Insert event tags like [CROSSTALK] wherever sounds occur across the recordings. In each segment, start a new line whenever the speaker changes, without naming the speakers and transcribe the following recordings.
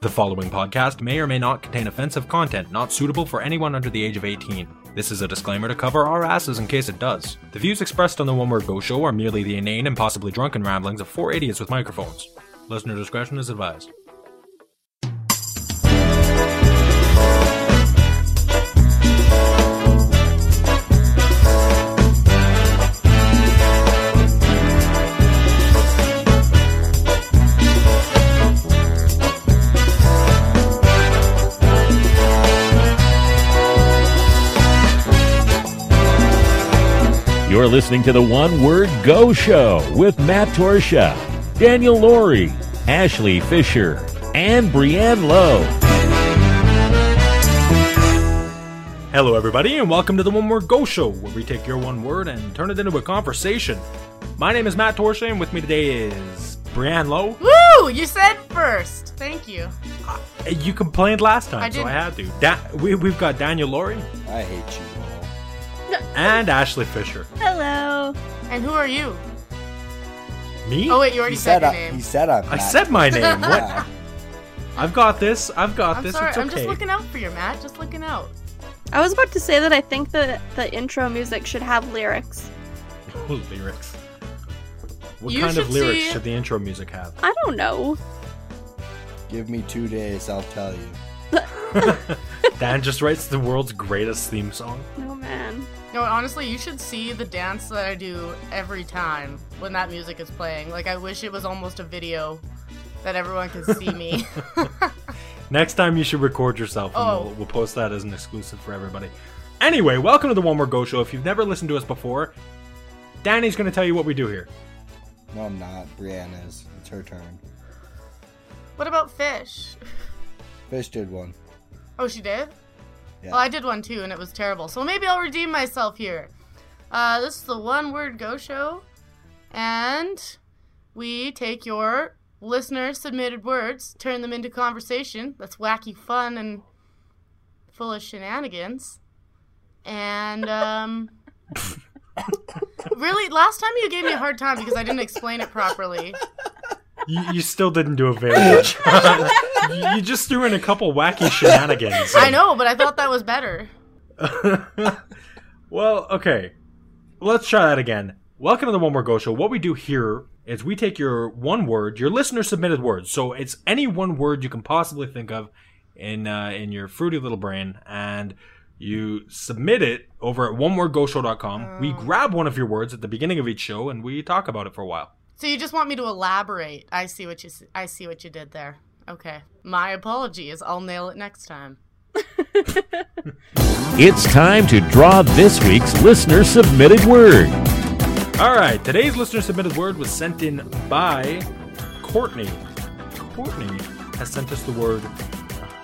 The following podcast may or may not contain offensive content not suitable for anyone under the age of 18. This is a disclaimer to cover our asses in case it does. The views expressed on the One Word Go Show are merely the inane and possibly drunken ramblings of four idiots with microphones. Listener discretion is advised.
You're listening to the One Word Go Show with Matt Torsha, Daniel Laurie, Ashley Fisher, and Brienne Lowe.
Hello, everybody, and welcome to the One Word Go Show, where we take your one word and turn it into a conversation. My name is Matt Torsha, and with me today is Brianne Lowe.
Woo! You said first. Thank you.
You complained last time,
I
so I
didn't.
had to. Da- we, we've got Daniel Laurie
I hate you all.
and Ashley Fisher.
Hello.
And who are you?
Me?
Oh wait, you already
He
said,
said,
your
I,
name.
he said I'm
I
not-
said
[LAUGHS]
my name. What?
Yeah.
I've got this. I've got
I'm
this.
sorry.
It's
I'm just
okay.
looking out for you, Matt. Just looking out.
I was about to say that I think that the intro music should have lyrics.
lyrics. What
You
kind of
should
lyrics
see-
should the intro music have?
[LAUGHS]
I don't know.
Give me two days, I'll tell you.
Dan just writes the world's greatest theme song.
Oh man.
No, honestly, you should see the dance that I do every time when that music is playing. Like I wish it was almost a video that everyone could see
[LAUGHS]
me.
Next time you should record yourself and
Oh.
we'll, we'll post that as an exclusive for everybody. Anyway, welcome to the One More Go Show. If you've never listened to us before, Danny's going to tell you what we do here.
No, I'm not. Brianna is. It's her turn.
what about fish?
Fish did one.
Oh, she did?
Yeah.
Well, Oh, I did one too, and it was terrible. So maybe I'll redeem myself here. Uh, this is the One Word Go Show, and we take your listener submitted words, turn them into conversation that's wacky, fun, and full of shenanigans. And, um. really, last time you gave me a hard time because I didn't explain it properly.
You, you still didn't do a
[LAUGHS]
very good job. You- you just threw in a couple wacky shenanigans.
I know, but I thought that was better.
[LAUGHS] well, okay. Let's try that again. Welcome to the One Word Go Show. What we do here is we take your one word, your listener submitted word. So it's any one word you can possibly think of in uh, in your fruity little brain, and you submit it over at onewordgoshow.com. We grab one of your words at the beginning of each show, and we talk about it for a while.
So you just want me to elaborate? I see what you s- I see what you did there. Okay, my apologies. I'll nail it next time.
It's time to draw this week's listener submitted word.
All right, today's listener submitted word was sent in by Courtney. Courtney has sent us the word.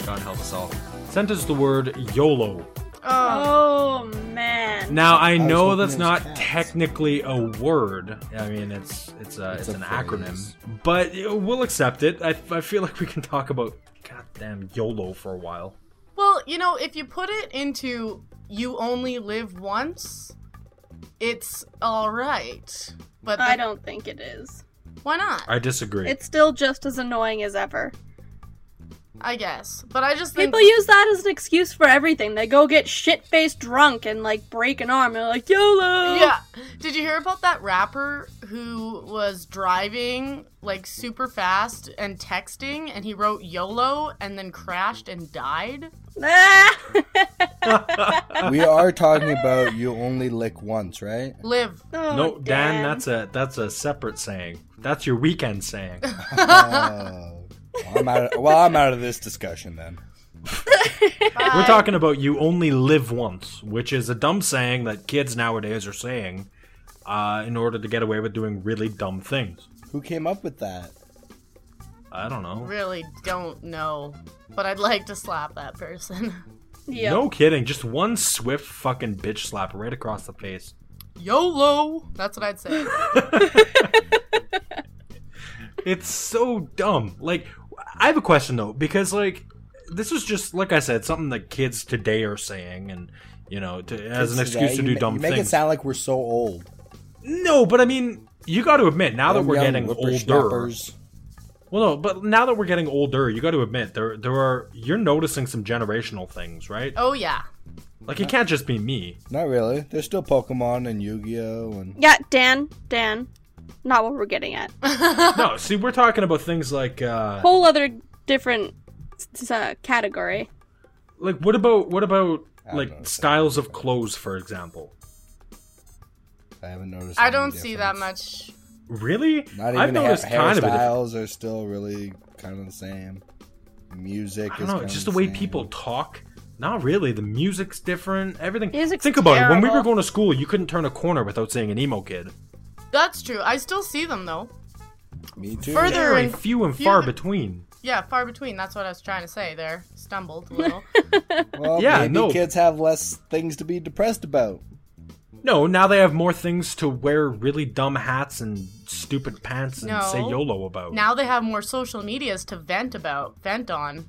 God help us all. Sent us the word YOLO.
Oh,
Oh man.
Now I
was
know
hoping
that's
it was
not
cats.
technically a word. I mean, it's it's a it's,
It's a
an
phrase.
acronym, but uh, we'll accept it. I, I feel like we can talk about goddamn YOLO for a while.
well, you know, if you put it into "you only live once," it's all right. But
I
the-
don't think it is.
Why not?
I disagree.
It's still just as annoying as ever.
I guess. But I just think
People use that as an excuse for everything. They go get shit faced drunk and like break an arm. They're like, YOLO!
Yeah. Did you hear about that rapper who was driving like super fast and texting and he wrote YOLO and then crashed and died?
Ah!
[LAUGHS]
we are talking about you only lick
[LAUGHS]
once, right?
Live.
[LAUGHS] Oh,
no, Dan, that's a that's a separate saying. That's your weekend saying.
Oh. Well, I'm out of, well, I'm out of this discussion then.
We're talking about you only live once, which is a dumb saying that kids nowadays are saying uh, in order to get away with doing really dumb things.
Who came up with that?
I don't know.
really don't know, but I'd like to slap that person. [LAUGHS]
Yep.
No kidding. Just one swift fucking bitch slap right across the face.
YOLO! That's what I'd say.
It's so dumb. Like, I have a question though, because like, this is just like I said, something that kids today are saying, and you know, to, as an
Kids
excuse
today,
to do
you ma-
dumb
you make
things.
it sound like we're so old.
no, but I mean, you got to admit now that
Them
we're
young
getting older.
whippersnappers.
Well, no, but now that we're getting older, you got to admit there there are you're noticing some generational things, right?
Oh yeah.
Like it can't just be me.
Not really. There's still Pokemon and Yu-Gi-Oh and
Yeah, Dan, Dan, not what we're getting at.
[LAUGHS]
No, see, we're talking about things like uh
Whole other different s- uh, category.
like what about what about
I don't know.
like styles of clothes, for example?
I haven't noticed.
I
any
don't see that
difference.
much.
Really?
Not even
I've noticed
ha-
kind of a difference.
hairstyles are still really kind of the same. Music.
I
is
don't know.
kind
It's just the
of
way
same.
people talk. Not really. The music's different. Everything.
Music's
Think about it. When we were
terrible.
going to school, you couldn't turn a corner without seeing an emo kid.
That's true. I still see them though.
Me too.
Further-
They're
and
few and
few
far
th-
between.
Yeah, far between. That's what I was trying to say there. Stumbled a little.
Well,
Yeah,
maybe
no.
kids have less things to be depressed about.
No, now they have more things to wear really dumb hats and stupid pants and
No.
say YOLO about.
now they have more social medias to vent about, vent on.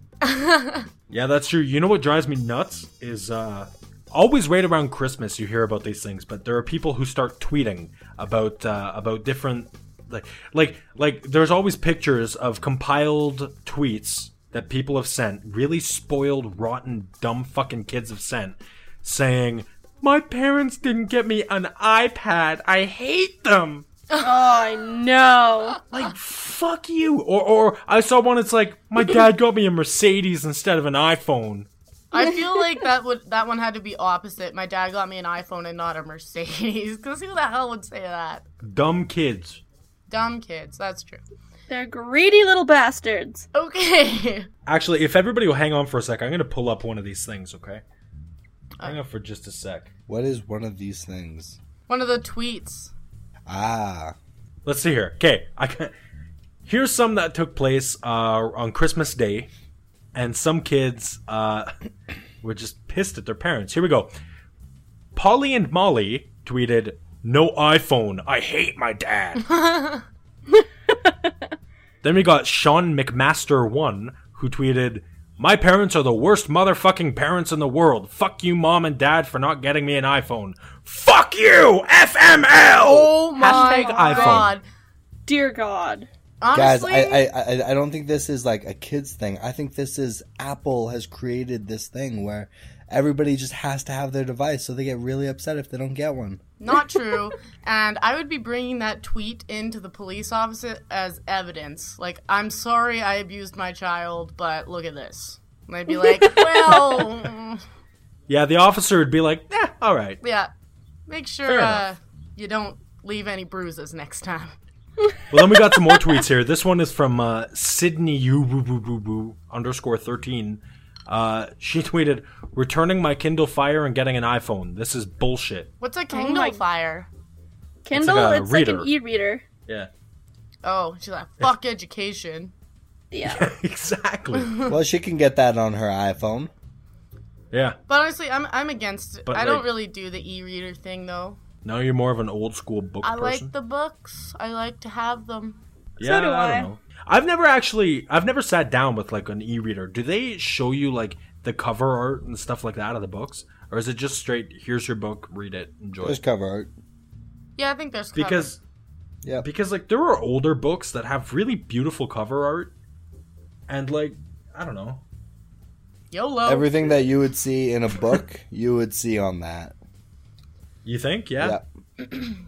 Yeah, that's true. You know what drives me nuts is uh always right around Christmas you hear about these things, but there are people who start tweeting about uh about different like like like there's always pictures of compiled tweets that people have sent, really spoiled, rotten, dumb fucking kids have sent saying my parents didn't get me an iPad. I hate them
Oh, I know.
like fuck you or or i saw one it's like my dad got me a mercedes instead of an iphone
I feel like that would that one had to be opposite. My dad got me an iPhone and not a Mercedes. Because who the hell would say that?
dumb kids
Dumb kids. That's true.
They're greedy little bastards.
Okay. [LAUGHS]
actually if everybody will hang on for a sec i'm gonna pull up one of these things okay hang on for just a sec
What is one of these things?
One of the tweets.
Ah,
let's see here okay i can here's some that took place uh on christmas day and some kids uh [COUGHS] were just pissed at their parents here we go polly and molly tweeted no iphone i hate my dad Then we got Sean McMaster1, who tweeted, My parents are the worst motherfucking parents in the world. Fuck you, mom and dad, for not getting me an iPhone. Fuck you, FML!
Oh my
Hashtag iPhone.
god.
Dear God.
guys,
Honestly,
I, I I I don't think this is like a kids thing. I think this is Apple has created this thing where everybody just has to have their device, so they get really upset if they don't get one.
[LAUGHS]
not true. and I would be bringing that tweet into the police office as evidence. Like, I'm sorry I abused my child, but look at this. And they'd
[LAUGHS]
be like, well, mm,
Yeah, the officer would be like, Eh, alright.
yeah. Make
Fair
sure uh,
enough.
you don't leave any bruises next time.
Well, then we got some more tweets here. This one is from uh, Sydney U woo woo woo woo underscore thirteen. Uh, she tweeted, "Returning my Kindle Fire and getting an iPhone. This is bullshit."
What's a Kindle
my-
fire?
Kindle,
a
it's like,
reader.
an e-reader.
Yeah,
Oh, she's like, fuck education.
[LAUGHS]
Yeah.
[LAUGHS] exactly.
Hmm.
well, she can get that on her iPhone.
Yeah.
But honestly, I'm I'm against it.
But,
I don't
like-
really do the e-reader thing though.
Now you're more of an old school book
I
person.
like the books. I like to have them.
Yeah,
do
I.
I.
don't know. I've never actually I've never sat down with like an e-reader. Do they show you like the cover art and stuff like that of the books, or is it just straight here's your book, read it, enjoy?
There's
It?
cover art.
Yeah, I think there's cover.
Because
Yeah.
because like there are older books that have really beautiful cover art, and like I don't know.
YOLO.
Everything that you would see in a book, you would see on that.
You think? Yeah.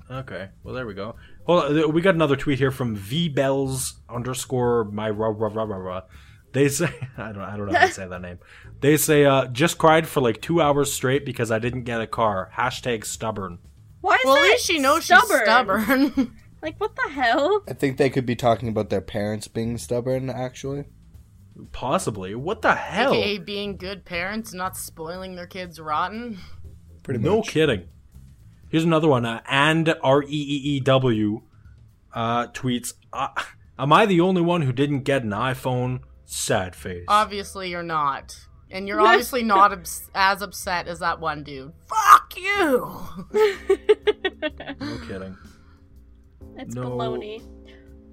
Okay. Well, there we go. Hold on. We got another tweet here from V Bells underscore my rah rah rah rah rah. They say [LAUGHS] I don't I don't know how to say that name. They say uh, just cried for like two hours straight because I didn't get a car. Hashtag stubborn.
Why is
well, at
that
least she knows she's stubborn. [LAUGHS]
Like, what the hell?
I think they could be talking about their parents being stubborn, actually.
Possibly. What the hell?
AKA being good parents, and not spoiling their kids rotten.
Pretty
no
much.
kidding. Here's another one. Uh, and R E E E W uh, tweets. Uh, am I the only one who didn't get an iPhone? Sad face.
Obviously, you're not, and you're obviously not obs- as upset as that one dude. Fuck you.
no kidding.
It's
No.
baloney.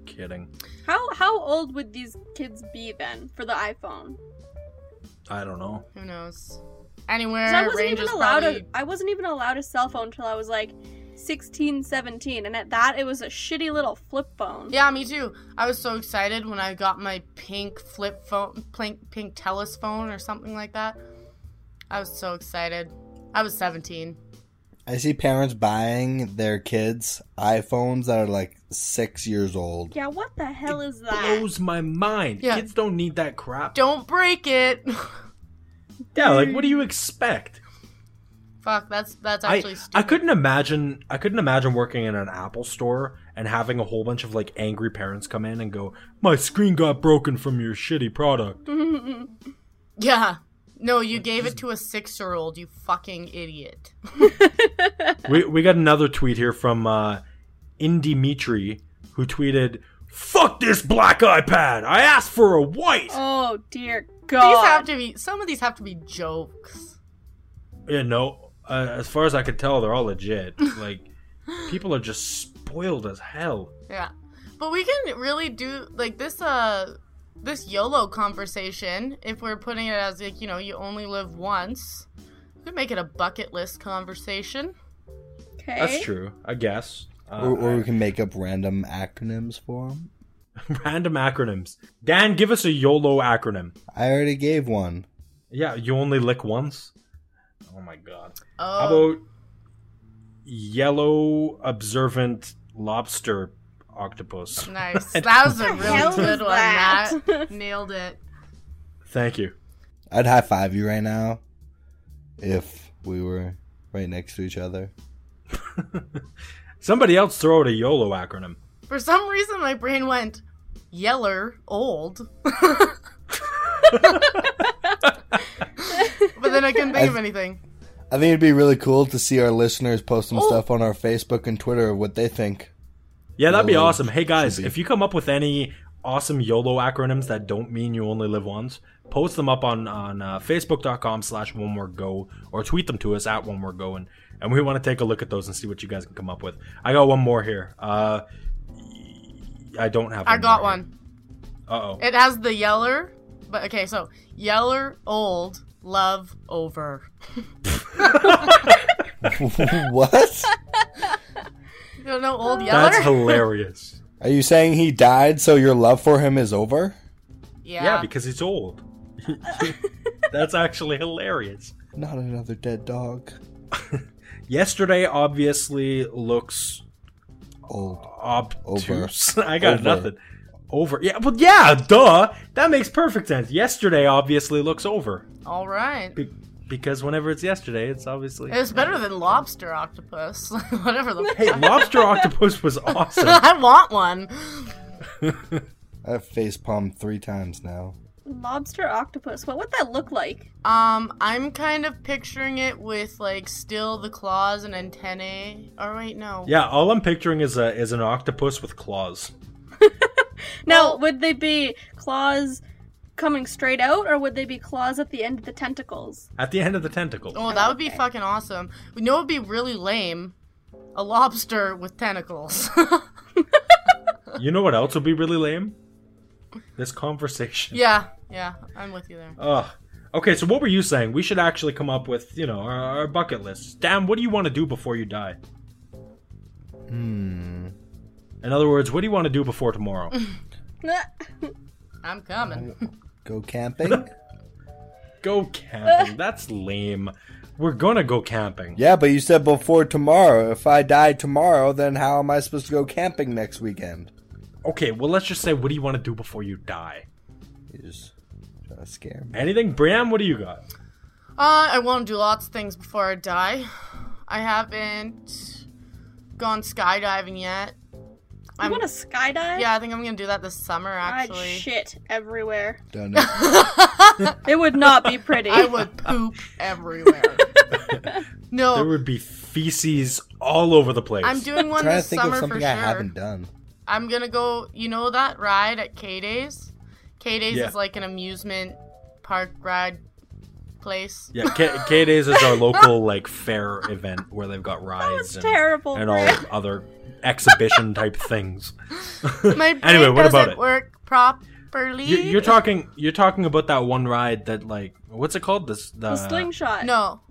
Kidding.
How how old would these kids be then for the iPhone?
I don't know.
Who knows?
'Cause
Anywhere
I wasn't
ranges
even allowed
probably
a I wasn't even allowed a cell phone until I was like 16, 17, and at that it was a shitty little flip phone.
Yeah, me too. I was so excited when I got my pink flip phone, pink, pink Telus phone or something like that. I was so excited. I was 17.
I see parents buying their kids iPhones that are like six years old.
Yeah, what the hell is that?
Blows my mind.
Yeah.
Kids don't need that crap.
Don't break it. [LAUGHS]
Yeah, like what do you expect?
Fuck, that's that's actually
I,
stupid.
I couldn't imagine I couldn't imagine working in an Apple store and having a whole bunch of like angry parents come in and go, "My screen got broken from your shitty product."
Yeah. No, you gave it to a six-year-old. You fucking idiot.
we we got another tweet here from uh Indimitri who tweeted, "Fuck this black iPad. I asked for a white."
[LAUGHS] Oh dear
These
God.
have to be. Some of these have to be jokes.
Yeah, no. Uh, as far as I could tell, they're all legit. Like people are just spoiled as hell.
Yeah. But we can really do like this uh this YOLO conversation, if we're putting it as like, you know, you only live once. We could make it a bucket list conversation.
okay.
That's true, I guess. Uh,
or, or we can make up random acronyms for them.
[LAUGHS] Random acronyms. Dan, give us a YOLO acronym.
I already gave one.
Yeah, you only lick once. Oh my god. How
Oh
about yellow observant lobster octopus? [LAUGHS]
nice. That was a
What the hell
really good
was
one,
that? [LAUGHS]
Matt. Nailed it.
Thank you.
I'd high five you right now if we were right next to each other.
Somebody else throw out a YOLO acronym.
For some reason my brain went yeller old. [LAUGHS] but then I couldn't think of anything.
I think it'd be really cool to see our listeners post some
Oh.
stuff on our Facebook and Twitter of what they think. [LAUGHS]
Yeah, that'd be
YOLO
awesome. Hey guys,
should be-
if you come up with any awesome YOLO acronyms that don't mean you only live once, post them up on on uh, facebook.com slash one more go or tweet them to us at one more go and, and we want to take a look at those and see what you guys can come up with. I got one more here. Uh, I don't have
I got
more here.
one.
Uh-oh.
It has the yeller, but okay, so yeller old love over.
what?
You don't know old yeller? [LAUGHS]
That's hilarious.
Are you saying he died so your love for him is over?
yeah.
Yeah. because it's
[LAUGHS]
old. [LAUGHS] That's actually hilarious.
Not another dead dog.
Yesterday obviously looks
Old.
obtuse. [LAUGHS] I got
Over.
nothing. Over. Yeah, well, yeah, duh. That makes perfect sense. Yesterday obviously looks over.
All right.
Be- because whenever it's yesterday, it's obviously.
It's better than lobster octopus. [LAUGHS] Whatever the
[LAUGHS] Hey, lobster octopus was
[LAUGHS]
awesome.
I want one.
I've face palmed three times now.
Lobster octopus. What would that look like?
Um, I'm kind of picturing it with like still the claws and antennae. Or wait, no.
Yeah, all I'm picturing is a is an octopus with claws.
Now,
Well-
would they be claws coming straight out, or would they be claws at the end of the tentacles? [LAUGHS]
At the end of the tentacles.
Oh, that would be fucking awesome. You know, it would be really lame. A lobster with tentacles. [LAUGHS]
You know what else would be really lame? This conversation.
yeah, yeah, I'm with you there.
Ugh. Okay, so what were you saying? We should actually come up with, you know, our, our bucket list. Dan, what do you want to do before you die?
Hmm.
In other words, what do you want to do before tomorrow? Uh,
I'm coming.
Go camping?
go
[LAUGHS]
camping. That's lame. We're gonna go camping.
[LAUGHS] yeah, but you said before tomorrow. If I die tomorrow, then how am I supposed to go camping next weekend?
Okay, well, let's just say, what do you want to do before you die?
You just trying to scare me.
Anything, Bram? What do you got?
Uh, I want to do lots of things before I die. I haven't gone skydiving yet.
I
I'm-
want to skydive.
Yeah, I think I'm gonna do that this summer.
I'd
Actually,
shit everywhere.
Done
[LAUGHS]
it.
It would not be pretty.
I would poop
[LAUGHS]
everywhere.
There
no,
would be feces all over the place.
Oh. I'm doing one
trying to
this
think of
summer for
something
sure.
I haven't done.
I'm gonna go. You know that ride at K Days? K Days
Yeah.
is like an amusement park ride place.
Yeah, K- K Days is our local like fair event where they've got rides
That's
and,
terrible.
and all
Brad.
other exhibition type
[LAUGHS]
things.
My brain
anyway, what
doesn't
about it?
work properly.
You, you're talking. You're talking about that one ride that like what's it called? This the,
the slingshot.
no.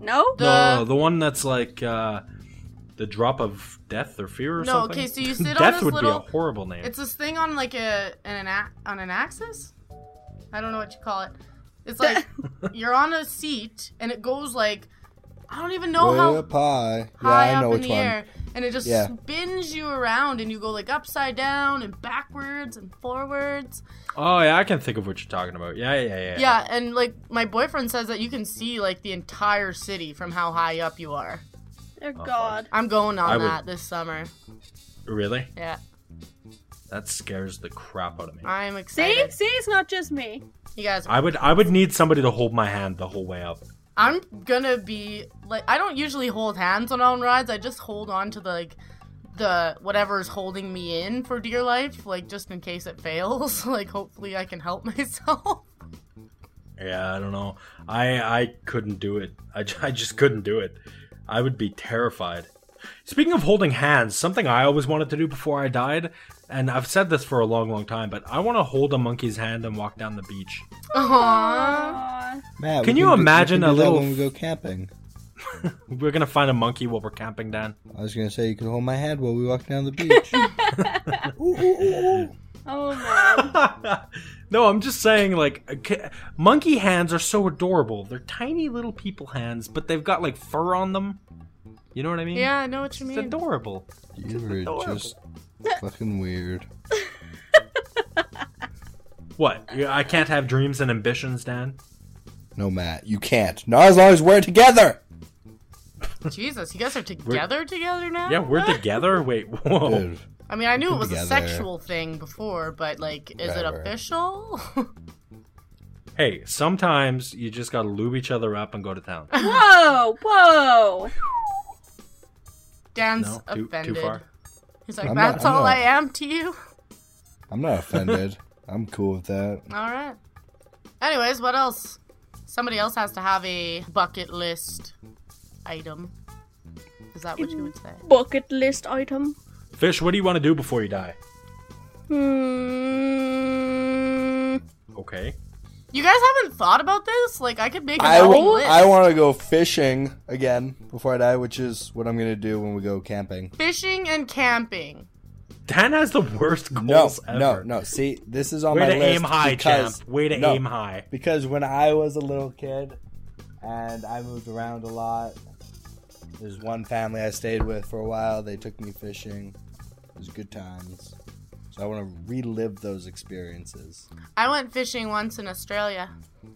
No.
No, the one that's like uh, the drop of death or fear or
No,
something?
okay, so
[LAUGHS]
you sit on
death
this
would
little-
be a horrible name.
It's this thing on like a an, an a- on an axis. I don't know what you call it.
[LAUGHS]
It's like you're on a seat and it goes like I don't even know
Way
how
up high.
high
yeah, I know
up in
which
the
one.
air, and it just
Yeah.
spins you around, and you go like upside down and backwards and forwards.
oh yeah, I can think of what you're talking about. Yeah, yeah, yeah.
Yeah, and like my boyfriend says that you can see like the entire city from how high up you are.
Dear God.
I'm going on
I would-
that this summer.
Really?
Yeah,
That scares the crap out of me.
I'm
See?
excited.
See, it's not just me.
You guys,
I would I would need somebody to hold my hand the whole way up.
I'm gonna be like I don't usually hold hands on on rides. I just hold on to the like the whatever is holding me in for dear life, like just in case it fails. [LAUGHS] like hopefully I can help [LAUGHS] myself.
Yeah, I don't know. I I couldn't do it. I, [LAUGHS] ju- I just couldn't do it. I would be terrified. Speaking of holding hands, something I always wanted to do before I died, and I've said this for a long, long time, but I want to hold a monkey's hand and walk down the beach.
Aww.
Aw.
Matt, we
Can you
do- we
imagine
can
a
do that
little-
when we go camping?
We're gonna find a monkey while we're camping, Dan.
I was gonna say you could hold my hand while we walk down
[LAUGHS]
the beach. Ooh, ooh, ooh, ooh.
Oh
[LAUGHS]
man.
[LAUGHS] no, I'm just saying, like, a ca- monkey hands are so adorable. They're tiny little people hands, but they've got like fur on them. You know what I mean?
Yeah, I know what you
It's
mean.
adorable.
You were
adorable.
just fucking weird.
What? You- I can't have dreams and ambitions, Dan.
No, Matt, you can't. Not as long as we're together.
Jesus, you guys are together together now?
Yeah, we're together. Wait, [LAUGHS] whoa.
Dude,
I mean, I knew it was a
together.
sexual thing before, but like, is it
Whatever.
official? [LAUGHS]
Hey, sometimes you just gotta lube each other up and go to town.
whoa, whoa.
Dan's
No, too,
offended.
too far.
He's like,
I'm not-
that's
I'm
all
not-
I am to you.
I'm not offended. [LAUGHS] I'm cool with that.
All right. Anyways, what else? Somebody else has to have a bucket list item. Is that what you would say?
Bucket list item.
Fish, what do you want to do before you die?
Hmm.
Okay.
You guys haven't thought about this? Like, I could make a
I,
bucket
w-
list.
I want to go fishing again before I die, which is what I'm gonna do when we go camping.
Fishing and camping.
Dan has the worst
No,
goals ever.
no, no. See, this is on
Way
my
to
list.
aim high,
because,
champ. Way to
no,
aim high.
Because when I was a little kid, and I moved around a lot, there's one family I stayed with for a while. They took me fishing. It was good times. So I want to relive those experiences,
I went fishing once in Australia. [LAUGHS]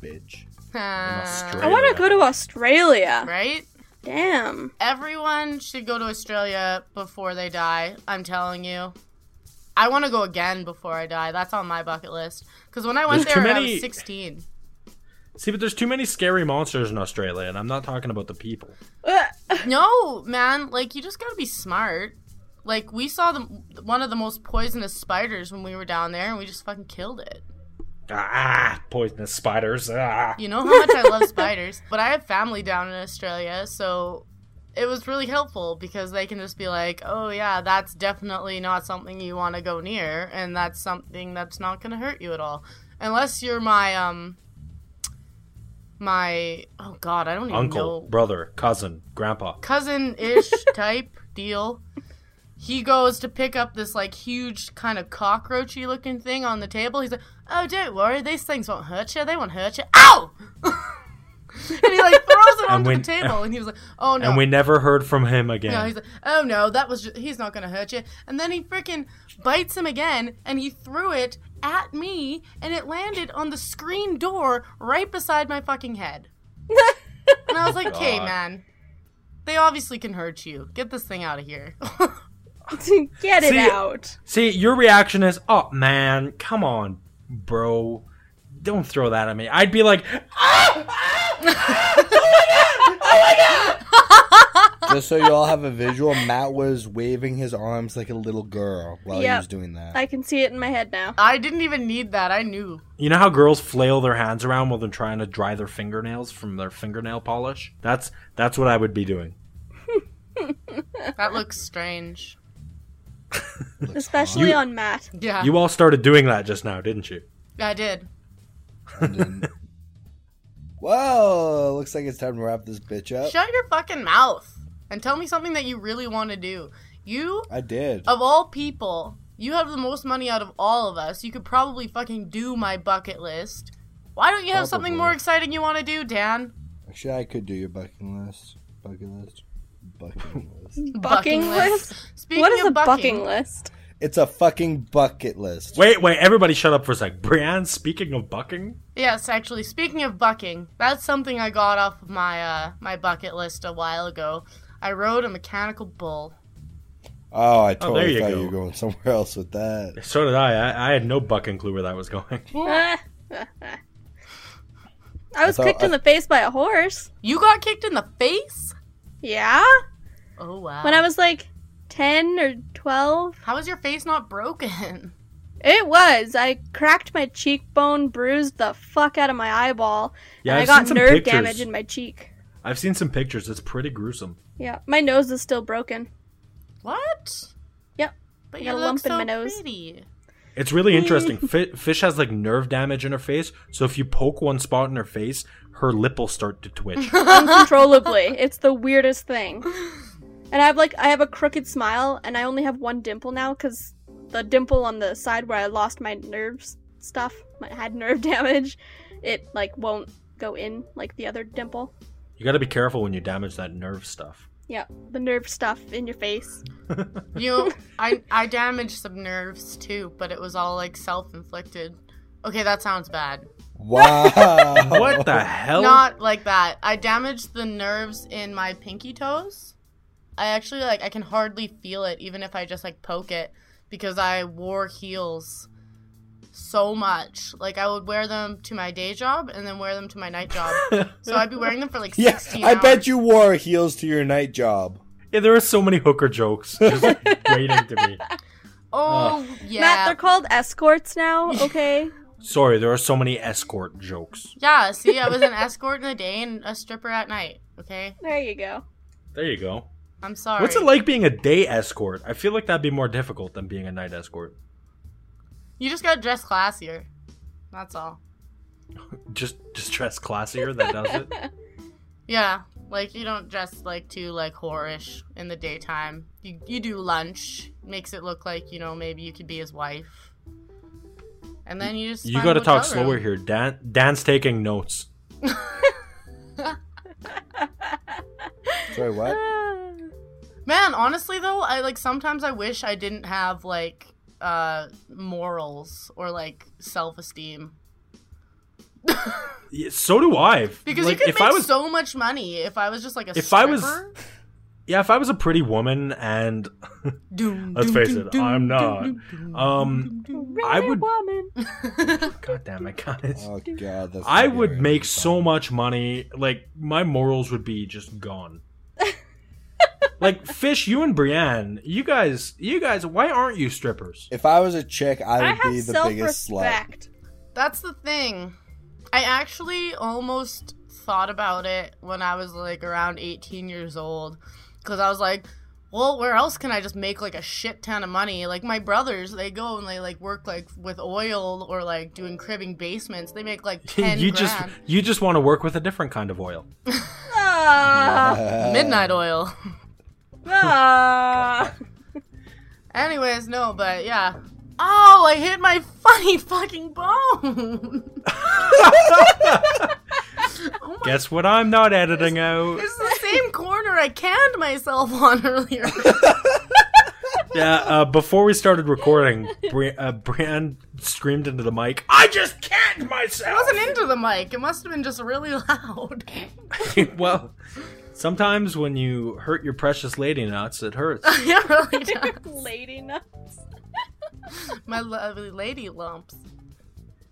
Uh,
bitch.
Australia.
I want to go to Australia.
right?
Damn. [LAUGHS]
Everyone should go to Australia before they die. I'm telling you. I want to go again before I die. That's on my bucket list. Because when I went
There's
there,
too
I
many-
was 16.
See, but there's too many scary monsters in Australia, and I'm not talking about the people.
Ugh.
No, man. Like, you just got to be smart. Like, we saw the, one of the most poisonous spiders when we were down there, and we just fucking killed it.
Ah, poisonous spiders. Ah.
You know how much I love spiders. But I have family down in Australia, so it was really helpful because they can just be like, oh, yeah, that's definitely not something you want to go near, and that's something that's not going to hurt you at all. Unless you're my, um, my, oh, God, I don't even
Uncle,
know.
brother, cousin, grandpa.
Cousin ish [LAUGHS] type deal. He goes to pick up this like huge kind of cockroachy looking thing on the table. He's like, "Oh, don't worry, these things won't hurt you. They won't hurt you." Ow! [LAUGHS] and he like throws it onto
when-
the table, and he was like, "Oh no!"
And we never heard from him again.
No, he's like, oh no, that was just, he's not gonna hurt you. And then he freaking bites him again, and he threw it at me, and it landed on the screen door right beside my fucking head. and I was like, okay,
God.
man, they obviously can hurt you. Get this thing out of here. [LAUGHS]
Get it
See-
out.
See, your reaction is, oh man, come on, bro. Don't throw that at me. I'd be like, "Ah!"
Just so you all have a visual, Matt was waving his arms like a little girl while he
Yep.
was doing that.
I can see it in my head now.
I didn't even need that. I knew.
you know how girls flail their hands around while they're trying to dry their fingernails from their fingernail polish? That's that's what I would be doing.
That looks strange.
Especially on Matt.
Yeah,
You all started doing that just now, didn't you?
I did.
And then- Whoa! Looks like it's time to wrap this bitch up.
Shut your fucking mouth. and tell me something that you really want to do. You,
I did.
Oh.
of all people, you have the most money out of all of us. You could probably fucking do my bucket list. Why don't you have something
Probably.
more exciting you want to do, Dan?
Actually, I could do your bucket list. Bucket list. Bucket list.
Bucking list?
Speaking
what is
of
a
bucking,
bucking list?
It's a fucking bucket
[LAUGHS]
list.
Wait, wait, everybody shut up for a sec. Brianne, speaking of bucking,
Yes, actually, speaking of bucking, that's something I got off of my uh, my bucket list a while ago. I rode a mechanical bull.
Oh, I
Oh,
totally
there you
thought
go.
you were going somewhere else with that.
so did I. I, I had no bucking clue where that was going.
Ah, ah, ah. I was
thought
kicked in
I-
the face by a horse.
You got kicked in the face?
Yeah?
Oh wow!
When I was like 10 or 12.
How is your face not broken? [LAUGHS]
It was. I cracked my cheekbone, bruised the fuck out of my eyeball,
Yeah,
and
I've
I
seen
got
some
nerve
pictures.
damage in my cheek.
I've seen some pictures. It's pretty gruesome.
Yeah, my nose is still broken.
What?
Yep.
But
I
you
got a
look
lump in
so
my nose.
pretty.
It's really
[LAUGHS]
interesting. Fi- Fish has like nerve damage in her face, so if you poke one spot in her face, her lip will start to
[LAUGHS]
twitch.
Uncontrollably. it's the weirdest thing. And I have like I have a crooked smile and I only have one dimple now cuz the dimple on the side where I lost my nerves stuff, my had nerve [LAUGHS] damage, it like won't go in like the other dimple.
you got to be careful when you damage that nerve stuff.
Yeah, the nerve stuff in your face.
You, I, I damaged some nerves too, but it was all like self-inflicted. Okay, that sounds bad.
Wow.
[LAUGHS] What the hell? [LAUGHS]
Not like that. I damaged the nerves in my pinky toes. I actually like I can hardly feel it even if I just like poke it because I wore heels so much. Like I would wear them to my day job and then wear them to my night
[LAUGHS]
job. so I'd be wearing them for like
Yeah,
16
I
hours.
bet you wore heels to your night job.
Yeah, there are so many hooker jokes
[LAUGHS]
just waiting to be.
Oh, yeah.
Matt, they're called escorts now, okay?
Sorry, there are so many escort jokes.
Yeah, see, I was an escort in the day and a stripper at night. Okay,
there you go.
There you go.
I'm sorry.
What's it like being a day escort? I feel like that'd be more difficult than being a night escort.
You just got dressed classier. That's all.
Just just dress classier, that does it.
Yeah, like you don't dress like too like whorish in the daytime. You you do lunch, makes it look like you know maybe you could be his wife. And then you just
You
find
got to
a
talk
hotel
slower
room.
here. Dan Dan's taking notes.
Sorry,
[LAUGHS]
what?
Man, honestly though, I like sometimes I wish I didn't have like uh morals or like self-esteem
Yeah, So do I.
because
Like,
you could
if
make
I was
so much money if I was just like a
If I was-
stripper.
yeah, if I was a pretty woman and
Doom,
Let's
doom,
face
doom,
it,
doom,
I'm
doom,
not.
doom, doom,
um
doom,
I would-
woman.
doom.
God damn it, guys.
Oh god, that's
I
not
would
your
make
answer.
so much money, like my morals would be just
[LAUGHS]
gone. like Fish, you and Brienne, you guys you guys, why aren't you strippers?
If I was a chick, I
I
would
have
be the biggest [LAUGHS] slut.
self-respect.
That's the thing. I actually almost thought about it when I was like around 18 years old because I was like, well, where else can I just make like a shit ton of money? Like my brothers, they go and they like work like with oil or like doing cribbing basements. They make like
[LAUGHS]
10
you just
grand.
you just want to work with a different kind of oil.
[LAUGHS]
Ah,
Midnight
Oh.
oil. [LAUGHS]
[LAUGHS]
ah. [LAUGHS]
Anyways, no, but yeah. Oh, I hit my [LAUGHS] funny fucking bone. [LAUGHS] Oh
Guess what I'm not editing out.
it's
[LAUGHS]
the same corner I canned myself on earlier. [LAUGHS]
Yeah, uh, before we started recording, Bri- uh, Brienne screamed into the mic, I just can't myself!
wasn't into the mic. It must have been just really [LAUGHS] loud.
[LAUGHS] well, sometimes when you hurt your precious lady nuts, it hurts.
it really does.
[LAUGHS]
Lady nuts.
My lovely lady lumps.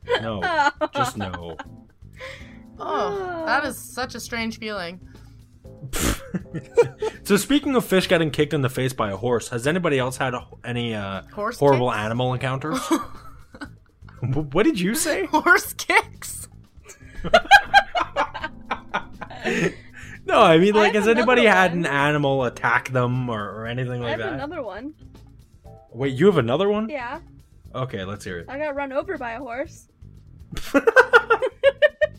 [LAUGHS]
No, just no. [LAUGHS]
Oh, that is such a strange feeling. [LAUGHS]
So speaking of fish getting kicked in the face by a horse, has anybody else had a, any uh,
Horse
horrible
kicks?
animal
[LAUGHS]
encounters? Wh- what did you say?
Horse kicks.
No, I mean, like,
have
has anybody
another
had
one.
an animal attack them or, or anything like
I have
that?
another one.
Wait, you have another one?
Yeah,
Okay, let's hear it. [LAUGHS]
I got run over by a horse.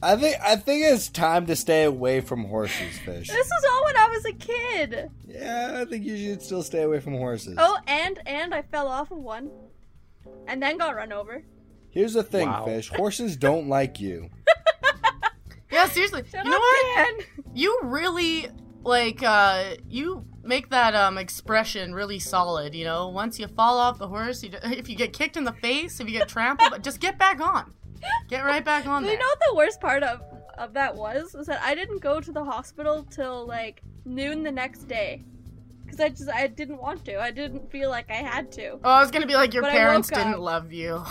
I think I think it's time to stay away from horses, fish.
This was all when I was a kid.
Yeah, I think you should still stay away from horses.
Oh, and and I fell off of one, and then got run over.
Here's the thing,
Wow.
fish. Horses don't like you.
Yeah, seriously.
Shut
you know
up,
what?
Dan.
You really like uh you make that um expression really solid, you know. Once you fall off the horse, you, [LAUGHS] if you get kicked in the face, if you get trampled, [LAUGHS] but just get back on. Get right back on
You
there.
know what the worst part of of that was was that I didn't go to the hospital till like noon the next day, because I just I didn't want to. I didn't feel like I
[LAUGHS]
had to.
Oh, I was gonna be like your
But I
parents
woke up.
didn't love you.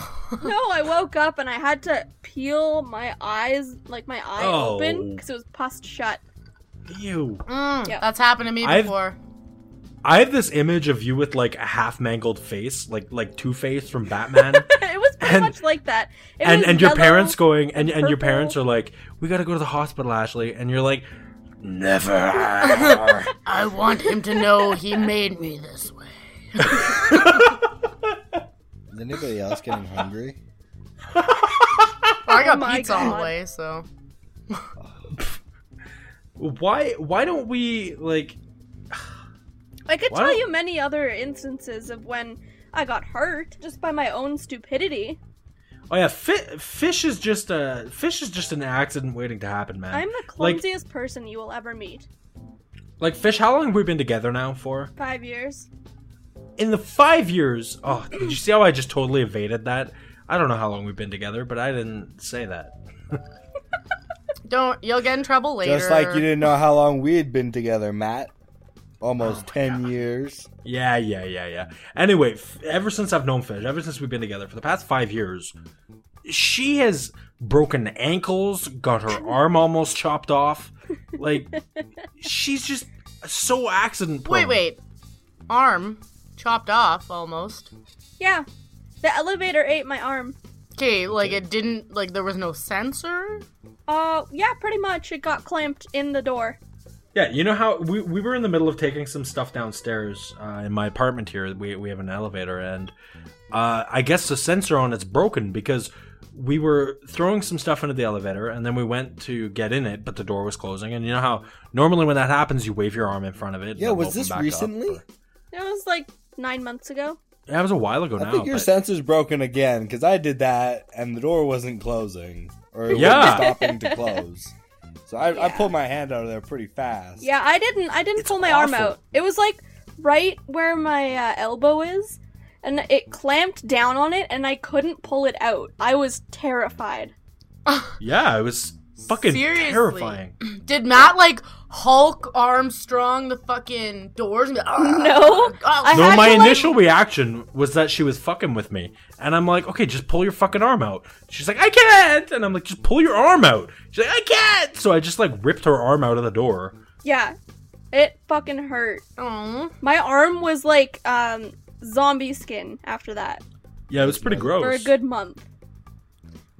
No, I woke up and I had to peel my eyes, like my eye
Oh.
open, because it was pussed shut. [LAUGHS]
Ew.
Mm,
Yeah.
That's happened to me
I've-
before.
I have this image of you with like a half mangled face, like like Two Face from Batman,
[LAUGHS] it was pretty
And-
much like that. It
and
was
and your
yellow.
parents going and and your
purple.
parents are like, "We gotta go to the hospital, Ashley," and you're like,
[LAUGHS]
"Never."
I want him to know he [LAUGHS] made me this way.
Is anybody else getting
[LAUGHS]
hungry?
I got
Oh my
pizza on the
God.
way, so
why why don't we like?
I could
Why
tell
don't-
you many other instances of when I got hurt just by my own stupidity.
Oh yeah, fi- fish is just a fish is just an accident waiting to happen, man.
I'm the
like
clumsiest person you will ever meet.
like fish. How long have we been together now for?
Five years.
in the five years oh did you see how i just totally evaded that i don't know how long we've been together but i didn't say that
don't you'll get in trouble later.
Just like you didn't know how long we had been together, Matt.
Oh
Almost ten years.
yeah yeah yeah yeah anyway f- ever since i've known fish ever since we've been together for the past five years she has broken ankles got
[LAUGHS]
her arm almost chopped off like she's just so accident prone
Wait, wait. Arm chopped off almost.
Yeah. The elevator ate my arm.
Okay, like it didn't like there was no sensor.
Uh, yeah, pretty much. It got clamped in the door.
Yeah, you know how we, we were in the middle of taking some stuff downstairs uh, in my apartment here. We, we have an elevator, and uh, I guess the sensor on it's broken because we were throwing some stuff into the elevator, and then we went to get in it, but the door was closing. And you know how normally when that happens, you wave your arm in front of it. and
Yeah,
it'll
was
open
this
back up,
recently?
or-
It was like nine months ago.
Yeah, that was a while ago
I
now.
think your
but-
sensor's broken again because I did that and the door wasn't closing or it
Yeah.
wasn't stopping
[LAUGHS]
to close. So I, I pulled my hand out of there pretty fast.
Yeah, I didn't. I didn't
It's
pull my arm
awful.
out. It was like right where my uh, elbow is, and it clamped down on it, and I couldn't pull it out. I was terrified.
yeah, it was fucking
Seriously.
terrifying.
Did Matt like Hulk Armstrong the fucking doors? [LAUGHS] And be like, "Ah,
[LAUGHS] No,
ah,
I
No,
had
my
to, like-
initial reaction was that she was fucking with me. And I'm like, okay, just pull your fucking arm out. She's like, I can't. And I'm like, just pull your arm out. She's like, I can't. So I just like ripped her arm out of the door.
Yeah, it fucking hurt.
aw."
My arm was like um zombie skin after that
Yeah, it was pretty gross.
for a good month.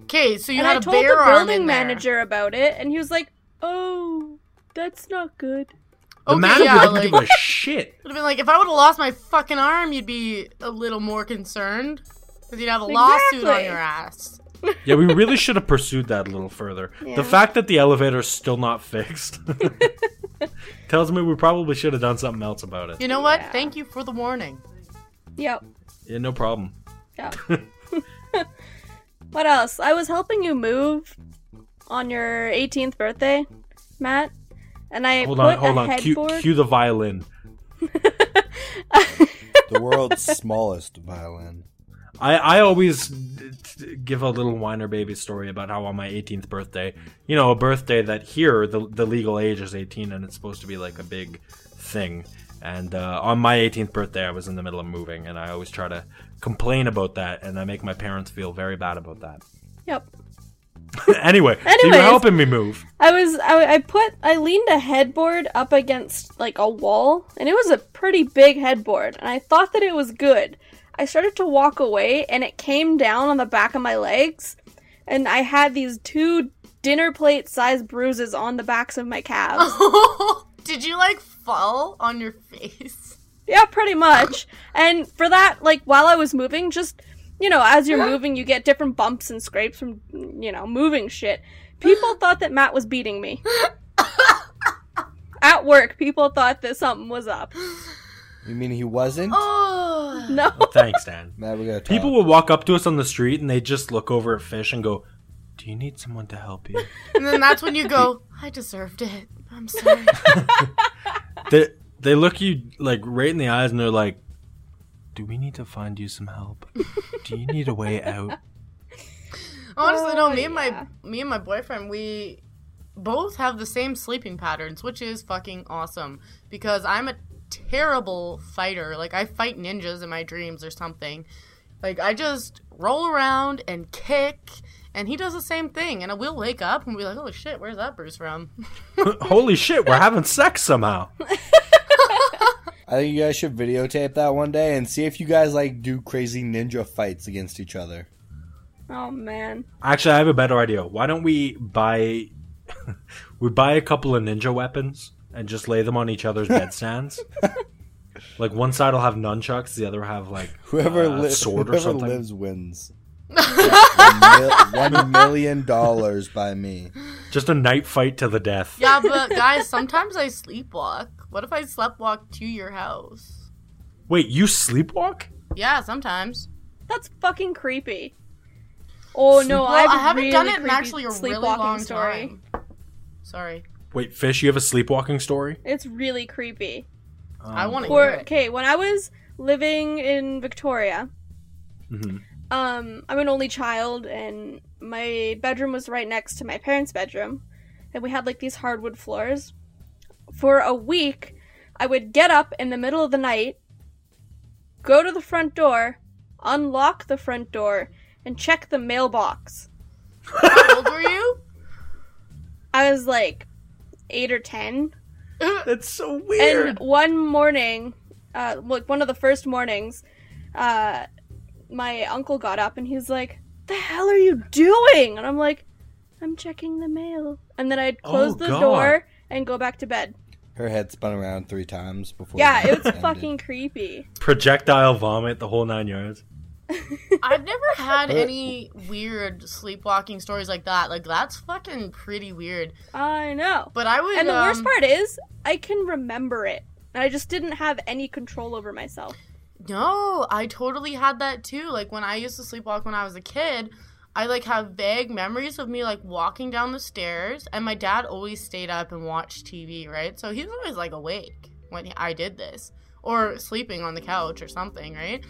Okay, so Oh, you
and
had
I
a
told
bear
the
arm
building
in there.
manager about it, and he was like, "Oh, that's not good."
The
Okay,
manager
yeah,
didn't
like-
give a shit.
Would have been like if I would have lost my fucking arm, you'd be a little more concerned because you'd have a lawsuit on
Exactly.
your ass.
Yeah, we really should have pursued that a little further.
Yeah.
The fact that the elevator's still not fixed [LAUGHS] tells me we probably should have done something else about it.
You know what?
Yeah.
Thank you for the
[LAUGHS]
warning.
Yep.
Yeah, no problem.
[LAUGHS]
Yeah. [LAUGHS] what else? I was helping you move on your 18th birthday, Matt, and I
Hold
put
on, hold
a
on. Cue,
headboard.
cue the violin.
The world's [LAUGHS] smallest violin.
I, I always d- d- give a little whiner baby story about how on my 18th birthday, you know, a birthday that here the, the legal age is 18 and it's supposed to be like a big thing. And uh, on my 18th birthday, I was in the middle of moving, and I always try to complain about that, and I make my parents feel very bad about that.
[LAUGHS]
[LAUGHS]
Yep.
anyway, so you're
Anyways.
helping me move.
I was I, I put I leaned a headboard up against like a wall, and it was a pretty big headboard, and I thought that it was good. I started to walk away, and it came down on the back of my legs, and I had these two dinner plate sized bruises on the backs of my calves.
Did you like fall on your face?
[SIGHS] Yeah, pretty much. And for that, like while I was moving, just you know, as
Uh-huh.
you're moving, you get different bumps and scrapes from, you know, moving shit. People
Uh-huh.
thought that Matt was beating me. At work, people thought that something was
[SIGHS]
up.
You mean he wasn't?
Oh.
No.
Well, thanks, Dan.
Matt, we gotta talk.
People will walk up to us on the street and they just look over at Fish and go, "Do you need someone to help you?"
And then that's when you go, I deserved it. I'm sorry.
[LAUGHS]
they they look you like right in the eyes and they're like, "Do we need to find you some help? Do you need a way out?" [LAUGHS]
Honestly,
Oh,
no. Me and
yeah.
my me and my boyfriend, we both have the same sleeping patterns, which is fucking awesome. Because I'm a terrible fighter. Like I fight ninjas in my dreams or something. Like I just roll around and kick, and he does the same thing. And we'll wake up and be like, "Oh shit, where's that Bruce from?"
Holy shit, we're having sex somehow.
I think you guys should videotape that one day and see if you guys like do crazy ninja fights against each other. [LAUGHS]
Oh man.
Actually, I have a better idea. Why don't we buy [LAUGHS] we buy a couple of ninja weapons and just lay them on each other's bedstands? like one side will have nunchucks, the other will have like
Whoever,
Uh,
li-
sword or
whoever
something?
lives
[LAUGHS]
wins. One mil- one million dollars by me.
just a night fight to the death.
yeah, but guys, sometimes I sleepwalk. What if I sleptwalk to your house?
Wait, you sleepwalk?
Yeah, sometimes.
That's fucking creepy. Oh no,
Well,
I, have
I haven't
really
done it in
creepy
actually a really
sleepwalking
long
story.
time. Sorry,
Wait, Fish, you have a sleepwalking story?
It's really creepy.
I want to hear
Or [LAUGHS]
it.
okay, when I was living in Victoria,
Mhm.
um, I'm an only child, and my bedroom was right next to my parents' bedroom, and we had like these hardwood floors. For a week, I would get up in the middle of the night, go to the front door, unlock the front door, and check the mailbox.
How old were you?
I was like eight or ten,
That's so
And one morning, uh, like one of the first mornings, uh, my uncle got up and he's like, "The hell are you doing?" And I'm like, "I'm checking the mail." And then I'd close
Oh,
the
God.
door and go back to bed.
Her head spun around three times before.
Yeah,
the
it was
ended.
fucking creepy.
Projectile vomit, the whole nine yards.
I've never had any weird sleepwalking stories like that. Like that's fucking pretty weird.
I know.
But I would.
And the worst
um,
part is, I can remember it. And I just didn't have any control over myself.
No, I totally had that too. Like when I used to sleepwalk when I was a kid, I like have vague memories of me like walking down the stairs, and my dad always stayed up and watched TV, right? So he was always like awake when he, I did this, or sleeping on the couch or something, right?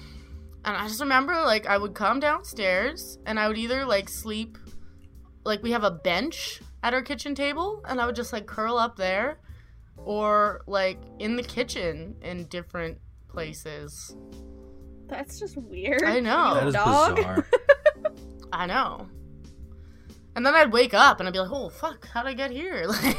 And I just remember like I would come downstairs and I would either like sleep, like we have a bench at our kitchen table, and I would just like curl up there, or like in the kitchen in different places.
That's just weird. [LAUGHS]
I [LAUGHS] know.
You
That is
dog.
bizarre.
I know. And then I'd wake up and I'd be like, "Oh fuck, how'd I get here?" [LAUGHS] Like,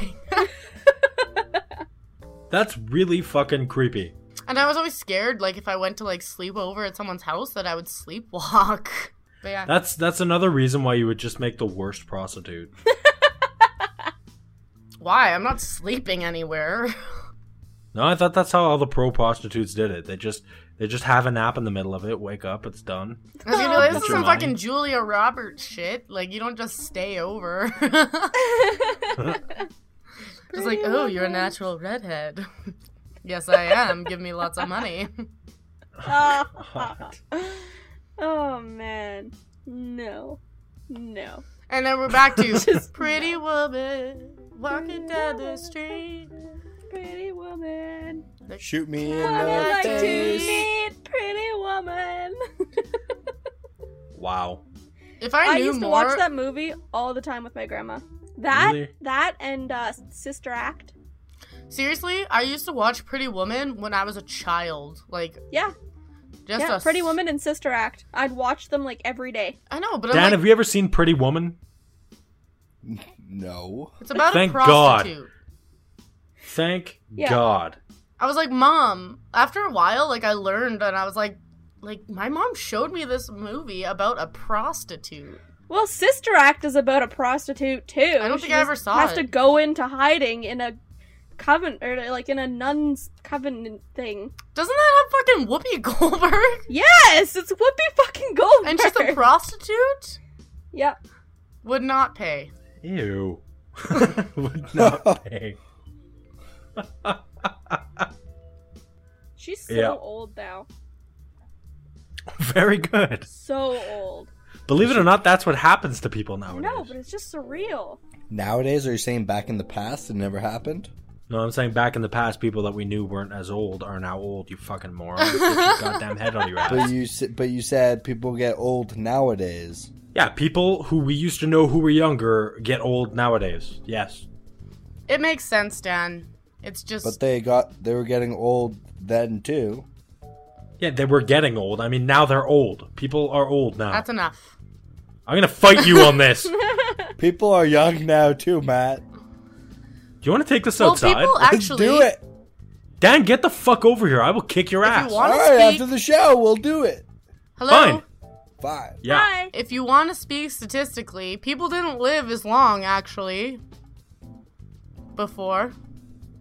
[LAUGHS] That's really fucking creepy.
and I was always scared, like if I went to like sleep over at someone's house, that I would sleepwalk. [LAUGHS] But yeah,
That's that's another reason why you would just make the worst prostitute.
why? I'm not sleeping anywhere. [LAUGHS]
No, I thought that's how all the pro prostitutes did it. They just they just have a nap in the middle of it, wake up, it's done.
I was gonna be like,
Get
"This is
your
some
money.
fucking Julia Roberts shit." Like, you don't just stay over. [LAUGHS] It's like, "Oh, you're a natural redhead." [LAUGHS] yes, I am. Give me lots of money. [LAUGHS]
[LAUGHS] oh man. No. No.
And then we're back to pretty woman walking down the street.
Pretty woman.
Shoot me in
Would you
the
like to
face.
meet pretty woman?
wow.
If
I,
I knew
used to
more,
watch that movie all the time with my grandma. That
Really?
that and uh, Sister Act.
Seriously, I used to watch Pretty Woman when I was a child. Like
Yeah.
just
yeah,
a
Pretty
s-
Woman and Sister Act. I'd watch them like every day.
I know, but
Dan,
I'm like,
have you ever seen Pretty Woman?
[LAUGHS] No.
it's about
Thank
a
God.
prostitute.
Thank
Yeah.
God.
I was like, Mom. After a while, like I learned, and I was like, like my mom showed me this movie about a prostitute.
Well, Sister Act is about a prostitute too.
don't
She
think I
just
ever saw
has
it.
to go into hiding in a coven or like in a nun's covenant thing.
Doesn't that have fucking Whoopi [LAUGHS] Goldberg?
Yes, it's Whoopi fucking Goldberg.
And she's
[LAUGHS]
a prostitute?
yeah.
Would not pay.
Ew. [LAUGHS] Would not pay.
She's so
Yeah.
old now.
Very good.
So old.
Believe it or not, that's what happens to people nowadays.
No, but it's just surreal.
Nowadays, are you saying back in the past it never happened?
No, I'm saying back in the past, people that we knew weren't as old are now old. You fucking moron! Get your goddamn head on your
But
ass.
you s- but you said people get old nowadays.
Yeah, people who we used to know who were younger get old nowadays. Yes.
It makes sense, Dan. It's just
But they got they were getting old then too.
Yeah, they were getting old. I mean, now they're old. People are old now.
that's enough.
I'm gonna fight you on
[LAUGHS]
this. Do
People are young now too, Matt.
you want to take this
Well,
outside?
people
Let's
actually
do it.
Dan, get the fuck over here. I will kick your
If you
ass.
want-
All
Wanna
right,
speak?
after the show, we'll do it.
Hello.
Fine.
Fine.
Yeah.
Hi.
If you want to speak statistically, people didn't live as long actually before.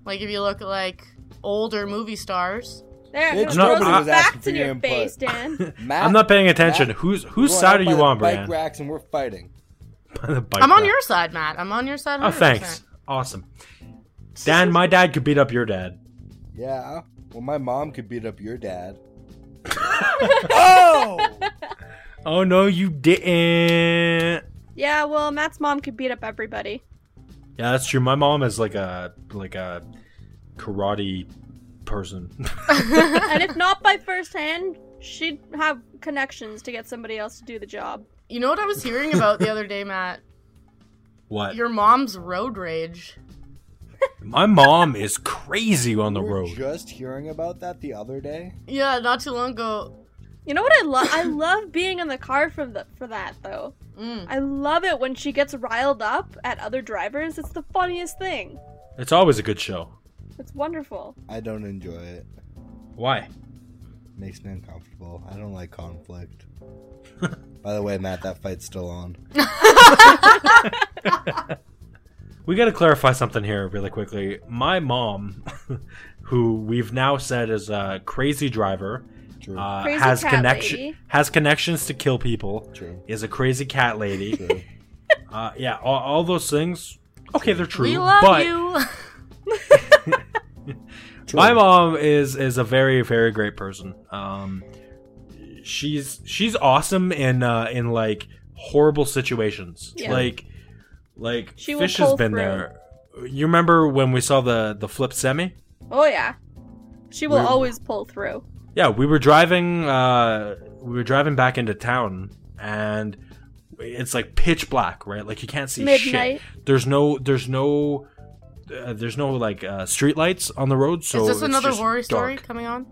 Like if you look at like older movie stars.
There, I'm
It's
gonna
not-
throw
I
some
was
asking
facts
for
in
your
your
input. [LAUGHS]
face, Dan.
Matt,
I'm not paying attention. Who's
we're
whose
going
side
out
are
by
you
the
on,
bike
Brian?
racks and we're fighting.
By [LAUGHS] the bike
I'm on
rack.
your side, Matt. I'm on your side.
Oh,
100%.
thanks. Awesome. Dan, my dad could beat up your dad.
Yeah. Well, my mom could beat up your dad. oh.
Oh no, you didn't.
yeah, well, Matt's mom could beat up everybody.
Yeah, that's true. My mom is like a like a karate person.
and if not by first hand, she'd have connections to get somebody else to do the job.
[LAUGHS] You know what I was hearing about the other day, Matt?
what?
Your mom's road rage.
My mom is crazy on the
We were
road.
Just hearing about that the other day.
Yeah, not too long ago.
You know what I love? I love being in the car from the- for that though.
Mm.
I love it when she gets riled up at other drivers. It's the funniest thing.
It's always a good show.
It's wonderful.
I don't enjoy it.
Why?
Makes me uncomfortable. I don't
[LAUGHS]
like conflict. By the way, Matt, that fight's still on.
We got to clarify something here really quickly. My mom, [LAUGHS] who we've now said is a crazy driver,
True.
uh,
Crazy
has
cat
connection
lady.
has connections to kill people, [LAUGHS]
True.
is a crazy cat lady.
True.
Uh, yeah, all, all those things. Okay, they're true.
We love
but [LAUGHS]
you.
True.
my mom is is a very very great person. Um, she's she's awesome in uh, in like horrible situations.
Yeah.
Like like
She will
Fish has
pull
been
through.
there. You remember when we saw the the flip semi?
Oh yeah. She will
We're-
always pull through.
Yeah, we were driving. Uh, we were driving back into town, and it's like pitch black, right? Like you can't see shit.
Midnight.
There's no. There's no. Uh, there's no like uh, street lights on the road. So
is this
it's
another
just
horror story
dark.
coming on?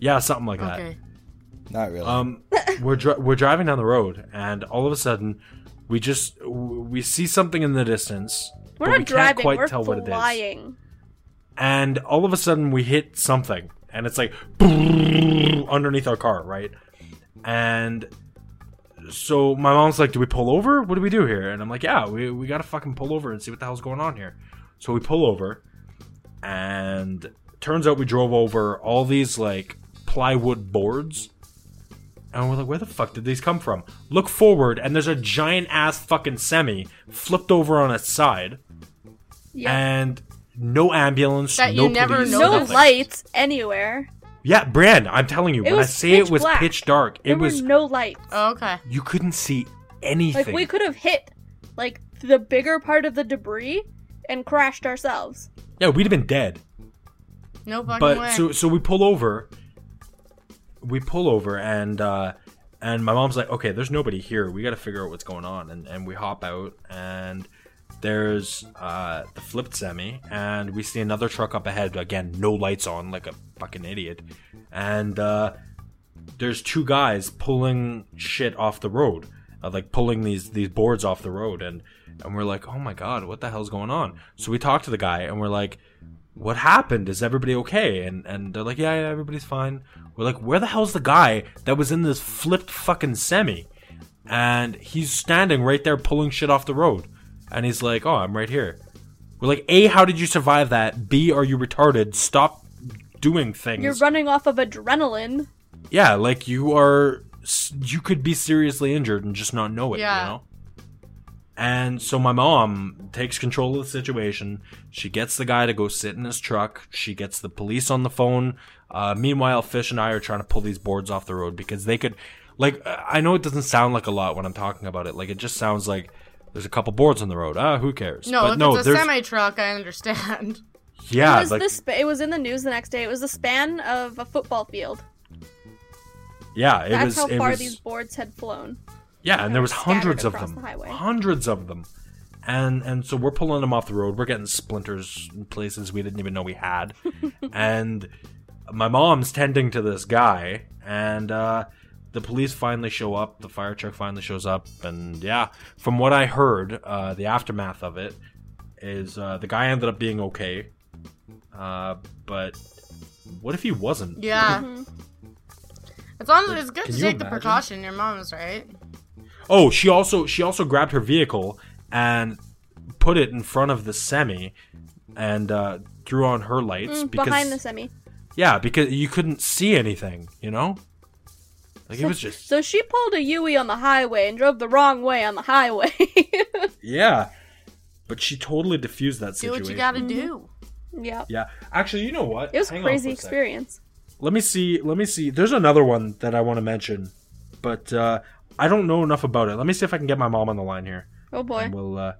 Yeah, something like that.
Okay.
Not really.
Um, we're dri- we're driving down the road, and all of a sudden, we just w- we see something in the distance. but
We're not
we
driving,
Can't quite
we're
tell
flying.
what it is. And all of a sudden, we hit something, and it's like underneath our car, right? And so my mom's like, "Do we pull over? What do we do here?" And I'm like, "Yeah, we we gotta fucking pull over and see what the hell's going on here." So we pull over, and turns out we drove over all these like plywood boards. And we're like, where the fuck did these come from? Look forward, and there's a giant ass fucking semi flipped over on its side,
Yeah.
and no ambulance,
That
no
you never
police,
know
no
nothing.
lights anywhere.
Yeah, Brand, I'm telling you,
It
when I
was
say it
pitch
was
black.
pitch dark,
There
it was
were no lights.
Oh, okay.
you couldn't see anything.
like we could have hit like the bigger part of the debris and crashed ourselves.
yeah, we'd have been dead.
No fucking
but
way.
so so we pull over we pull over and uh and my mom's like okay there's nobody here we gotta figure out what's going on and and we hop out and there's uh the flipped semi and we see another truck up ahead again no lights on like a fucking idiot and uh there's two guys pulling shit off the road, uh, like pulling these these boards off the road, and and we're like, oh my god, what the hell's going on? So we talk to the guy, and we're like, what happened? Is everybody okay? And and they're like, yeah, yeah, everybody's fine. We're like, where the hell's the guy that was in this flipped fucking semi? And he's standing right there pulling shit off the road, and he's like, oh, I'm right here. We're like, A, how did you survive that? B, are you retarded? Stop doing things.
You're running off of adrenaline.
yeah, like you are, s- you could be seriously injured and just not know it,
Yeah.
you know? And so my mom takes control of the situation. She gets the guy to go sit in his truck. She gets the police on the phone. Uh, meanwhile, Fish and I are trying to pull these boards off the road because they could, like, I know it doesn't sound like a lot when I'm talking about it. Like, it just sounds like there's a couple boards on the road. Ah, who cares?
No,
but
if
no,
it's a
there's
semi truck, I understand.
yeah,
it was
like
this. It was in the news the next day. It was the span of a football field.
yeah, it
That's
was
how
it
far
was
these boards had flown.
yeah, and there was
scattered
hundreds of
across
them,
the highway.
hundreds of them, and and so we're pulling them off the road. We're getting splinters in places we didn't even know we
[LAUGHS]
had, and my mom's tending to this guy, and uh, the police finally show up. The fire truck finally shows up, and yeah, from what I heard, uh, the aftermath of it is uh, the guy ended up being okay, uh, but what if he wasn't?
Yeah. It's honestly it's good
Can
to
you
take the
imagine?
precaution. Your mom's right.
Oh, she also she also grabbed her vehicle and put it in front of the semi and uh, threw on her lights
Mm,
because
behind the semi.
yeah, because you couldn't see anything, you know. Like it was just
[LAUGHS] So she pulled a Yui on the highway and drove the wrong way on the highway. [LAUGHS]
yeah, but she totally diffused that
Do
situation.
what you gotta do.
yep.
Yeah, actually, you know what?
It was
Hang on
crazy
for a sec.
experience.
Let me see. Let me see. There's another one that I want to mention, but uh, I don't know enough about it. Let me see if I can get my mom on the line here.
Oh boy.
And we'll uh,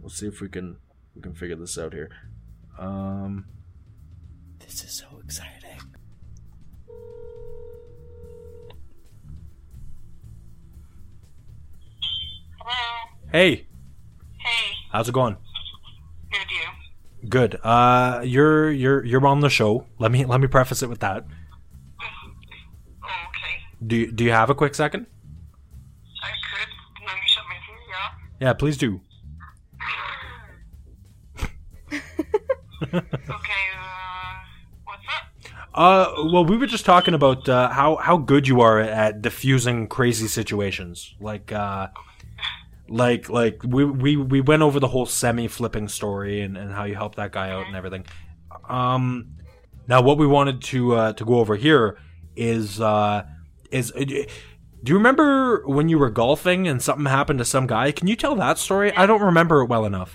we'll see if we can we can figure this out here. Um,
This is so exciting.
hey,
Hey,
how's it going?
good you.
Good. Uh, you're you're you're on the show. Let me let me preface it with that.
Oh, Okay.
Do you, do you have a quick second?
I could. Let me shut my throat, yeah?
Yeah, please do.
okay, uh, what's up?
Uh, well, we were just talking about uh, how how good you are at diffusing crazy situations. Like uh, like like we we we went over the whole semi flipping story and and how you helped that guy out and everything. Um, now what we wanted to uh, to go over here is uh is. do you remember when you were golfing and something happened to some guy? Can you tell that story? I don't remember it well enough.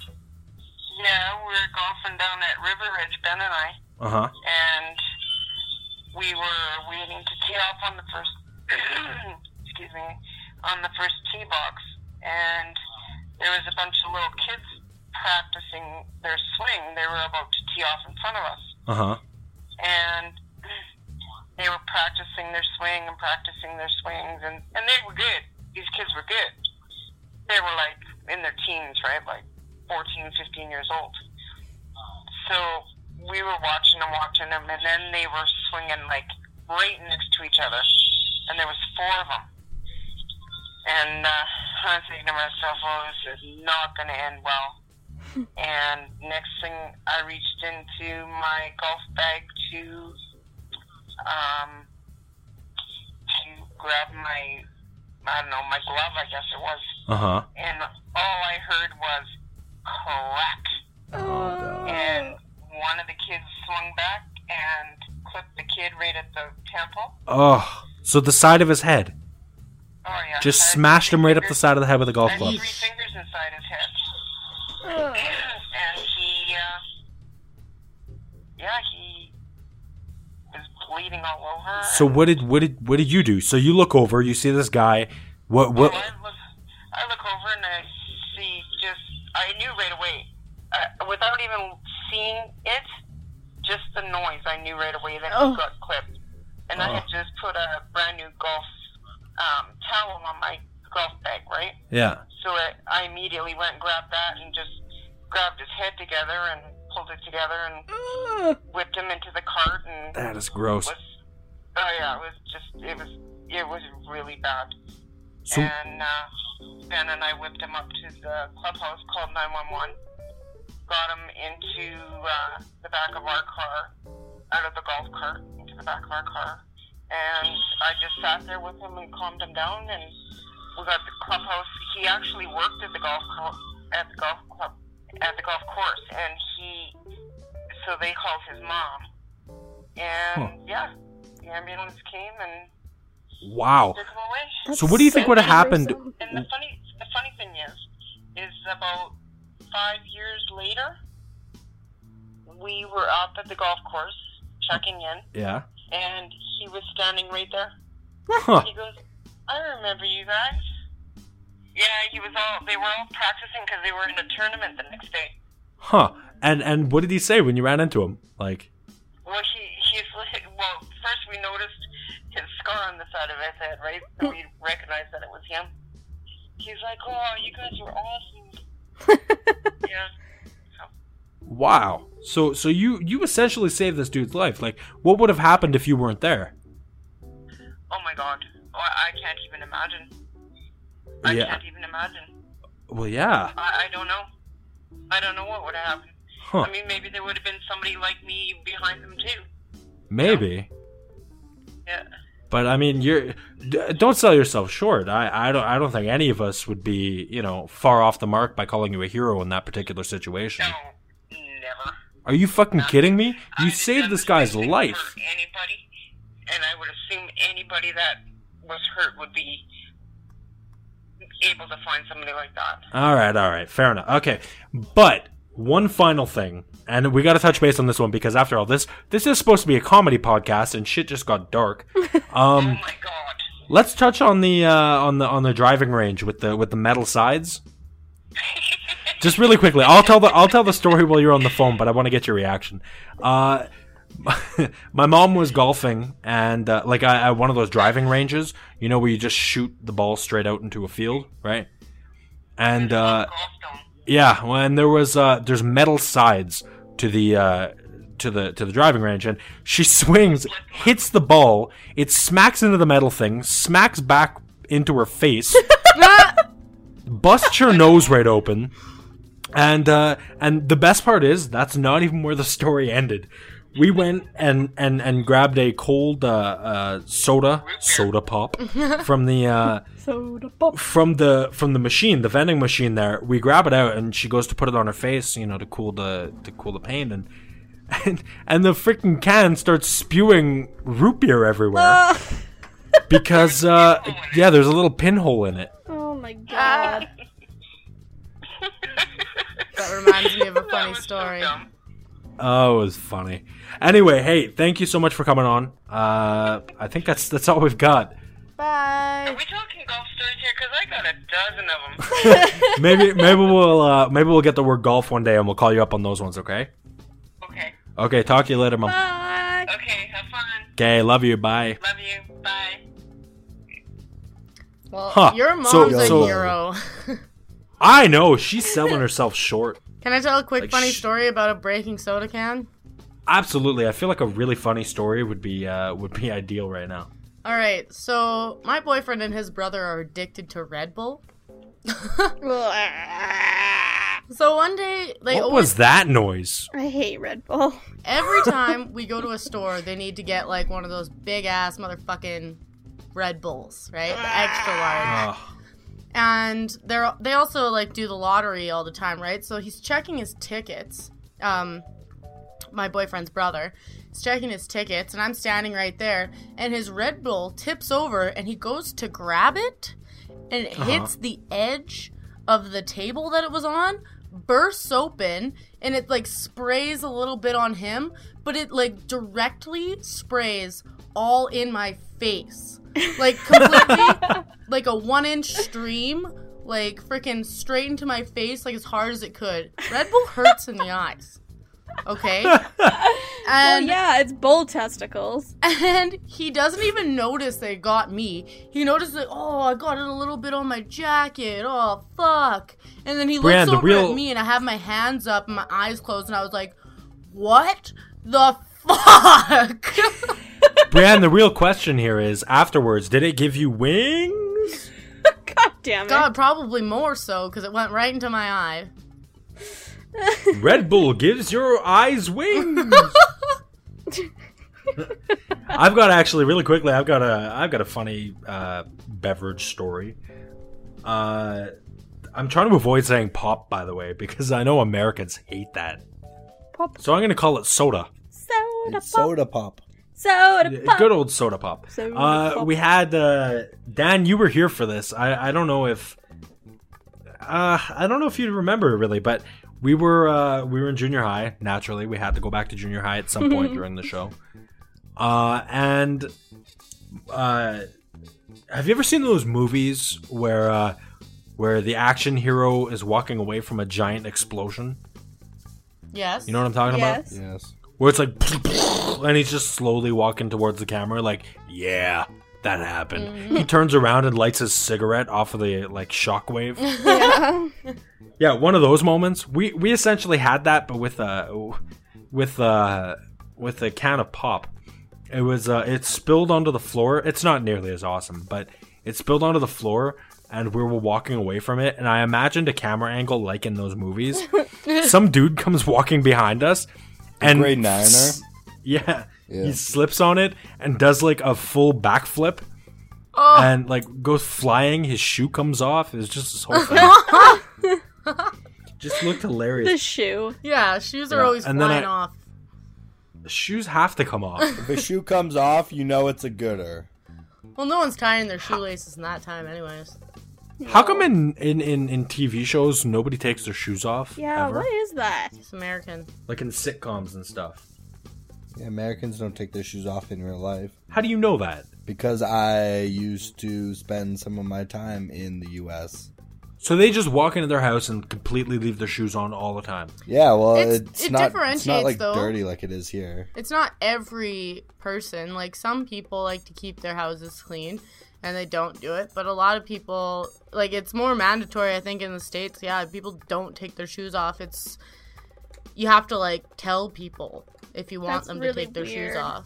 Yeah, we were golfing down at River Ridge, Ben and I,
Uh huh.
and we were waiting to tee off on the first, [CLEARS THROAT] excuse me, on the first tee box, and there was a bunch of little kids practicing their swing. They were about to tee off in front of us.
Uh huh.
and they were practicing their swing and practicing their swings and, and they were good. These kids were good. They were like in their teens, right? Like 14, 15 years old. So we were watching them, watching them, and then they were swinging like right next to each other. And there was four of them. And uh, I was thinking to myself, oh, this is not going to end well and next thing I reached into my golf bag to um to grab my I don't know my glove I guess it was
Uh huh.
and all I heard was crack
Oh.
and one of the kids swung back and clipped the kid right at the temple
Oh, so the side of his head.
oh yeah
Just
I had
smashed him right up the
fingers-
side of the head with a golf
I had
club.
three fingers inside his head
Ugh.
and he, uh, yeah, he was bleeding all over.
So what did what did what did you do? So you look over, you see this guy. What
So
what?
I look, I look over and I see just, I knew right away, uh, without even seeing it, just the noise. I knew right away that
Oh.
he got clipped, and
Oh.
I had just put a brand new golf um, towel on my golf bag, right?
Yeah.
So I, I immediately went and grabbed that and just grabbed his head together and pulled it together and whipped him into the cart and
That is gross.
was oh yeah, it was just it was it was really bad.
So
and uh, Ben and I whipped him up to the clubhouse, called nine one one, got him into uh, the back of our car, out of the golf cart into the back of our car, and I just sat there with him and calmed him down and we got the clubhouse. He actually worked at the golf co- at the golf club at the golf course,
Wow.
took them away.
So what do you think would have happened?
gruesome.
And the funny, the funny thing is, is about five years later, we were up at the golf course checking in,
Yeah.
and he was standing right there.
Huh.
He goes, "I remember you guys." Yeah, he was all. They were all practicing because they were in a tournament the next day.
Huh. And and what did he say when you ran into him? Like,
Well, he he's like, well. First, we noticed his scar on the side of his head, right? And we recognized that it was him. He's like, "Oh, you guys were awesome." yeah.
wow. So so you you essentially saved this dude's life. Like, what would have happened if you weren't there?
Oh my God. Oh, I can't even imagine. I
Yeah.
can't even imagine.
Well, yeah.
I, I don't know. I don't know what would have happened.
Huh.
I mean, maybe there would have been somebody like me behind them too.
Maybe.
Yeah.
But I mean, you're d- don't sell yourself short. I I don't I don't think any of us would be you know far off the mark by calling you a hero in that particular situation.
No, never.
Are you fucking kidding me? You
I'd have
saved
done
this
the
guy's
same thing
life.
For anybody, and I would assume anybody that was hurt would be able to find somebody like that.
All right, all right, fair enough. Okay, but one final thing, and we got to touch base on this one because after all, this this is supposed to be a comedy podcast, and shit just got dark.
oh
Um,
my god.
let's touch on the uh, on the on the driving range with the with the metal sides. Just really quickly, I'll tell the I'll tell the story while you're on the phone, but I want to get your reaction. Uh, [LAUGHS] my mom was golfing, and uh, like I, I one of those driving ranges, you know, where you just shoot the ball straight out into a field, right? And uh,
Golfstone.
yeah, well, and there was uh, there's metal sides to the uh, to the to the driving range, and she [LAUGHS] swings, hits the ball, it smacks into the metal thing, smacks back into her face, busts her nose right open, and uh, and the best part is that's not even where the story ended. We went and and and grabbed a cold uh, uh, soda soda pop from the. Uh,
So [LAUGHS] the pop.
from the from the machine, the vending machine there, we grab it out and she goes to put it on her face, you know, to cool the to cool the pain and and, and the freaking can starts spewing root beer everywhere
Ah. Oh,
because uh yeah, there's a little pinhole in it.
Oh [LAUGHS] my god.
That reminds me of a
[LAUGHS] That
funny
was so
story.
dumb.
Oh, it was funny. Anyway, hey, thank you so much for coming on. Uh I think that's that's all we've got.
Bye.
Are we talking golf stories here? Because I got a dozen of
[LAUGHS]
them.
Maybe maybe we'll uh maybe we'll get the word golf one day and we'll call you up on those ones, okay?
okay.
Okay, talk to you later, mom.
Bye.
Okay, have fun.
Okay, love you. Bye.
Love you. Bye.
Well,
Huh.
your mom's
So-
a
so-
hero. [LAUGHS]
I know she's selling herself short.
Can I tell a quick
Like,
funny
sh-
story about a breaking soda can?
Absolutely, I feel like a really funny story would be uh, would be [LAUGHS] ideal right now.
All right, so my boyfriend and his brother are addicted to Red Bull. So one day they
what
always
was that noise?
I hate Red Bull.
[LAUGHS]
every time we go to a store, they need to get like one of those big ass motherfucking Red Bulls, right? The extra large.
Ugh.
and they're they also like do the lottery all the time, right? So he's checking his tickets. Um, my boyfriend's brother is checking his tickets, and I'm standing right there, and his Red Bull tips over, and he goes to grab it, and it
Uh-huh.
hits the edge of the table that it was on, bursts open, and it like sprays a little bit on him, but it like directly sprays all in my face.
[LAUGHS]
Like completely like a one inch stream, like freaking straight into my face, like as hard as it could. Red Bull hurts in the eyes. Okay.
[LAUGHS] Well,
And
yeah, it's bull testicles. [LAUGHS]
[LAUGHS] and he doesn't even notice they got me. He notices like, oh, I got it a little bit on my jacket. Oh, fuck. And then he
Brianne, the
looks over
real-
at me, and I have my hands up and my eyes closed, and I was like, what the fuck? [LAUGHS]
Brianne, the real question here is: afterwards, did it give you wings?
God damn it.
God, probably more so because it went right into my eye.
Red Bull gives your eyes
[LAUGHS]
wings. I've got actually really quickly. I've got a I've got a funny uh, beverage story. Uh, I'm trying to avoid saying pop, by the way, because I know Americans hate that.
Pop
So I'm going to call it soda.
soda pop.
It's soda pop.
Soda
Yeah,
pop.
Good old soda pop.
Soda
Uh,
pop.
we had uh, Dan. You were here for this. I, I don't know if uh, I don't know if you remember really, but we were uh, we were in junior high. Naturally, we had to go back to junior high at some point during the show. Uh, and uh, have you ever seen those movies where uh, where the action hero is walking away from a giant explosion?
Yes.
You know what I'm talking about?
yes.
Yes.
where it's like [LAUGHS] and he's just slowly walking towards the camera like yeah that happened he turns around and lights his cigarette off of the like shockwave
[LAUGHS] Yeah.
yeah one of those moments we we essentially had that but with a with a with a can of pop it was uh it spilled onto the floor it's not nearly as awesome but it spilled onto the floor and we were walking away from it and i imagined a camera angle like in those movies some dude comes walking behind us and
Grade niner.
yeah.
Yeah.
He slips on it and does like a full backflip
Oh,
and like goes flying. His shoe comes off. It's just this whole thing.
[LAUGHS]
just looked
the
hilarious.
shoe.
yeah. Shoes are
Yeah,
always
and then
flying
I-
off.
Shoes have to come off.
If a shoe comes off, you know it's a gooder.
Well, no one's tying their shoelaces in that time, anyways.
How come in, in, in, in TV shows nobody takes their shoes off?
Yeah,
ever?
what is that?
It's American.
Like in sitcoms and stuff.
Yeah, Americans don't take their shoes off in real life
How do you know that?
because I used to spend some of my time in the U.S.
So they just walk into their house and completely leave their shoes on all the time.
Yeah, well,
It's-
it's,
it
not, it's
differentiates,
not like
though.
dirty like it is here.
It's not every person. Like some people like to keep their houses clean, and they don't do it. But a lot of people, like it's more mandatory. I think in the states, yeah, people don't take their shoes off. It's you have to like tell people if you want
That's
them
really
to take their
weird.
shoes off.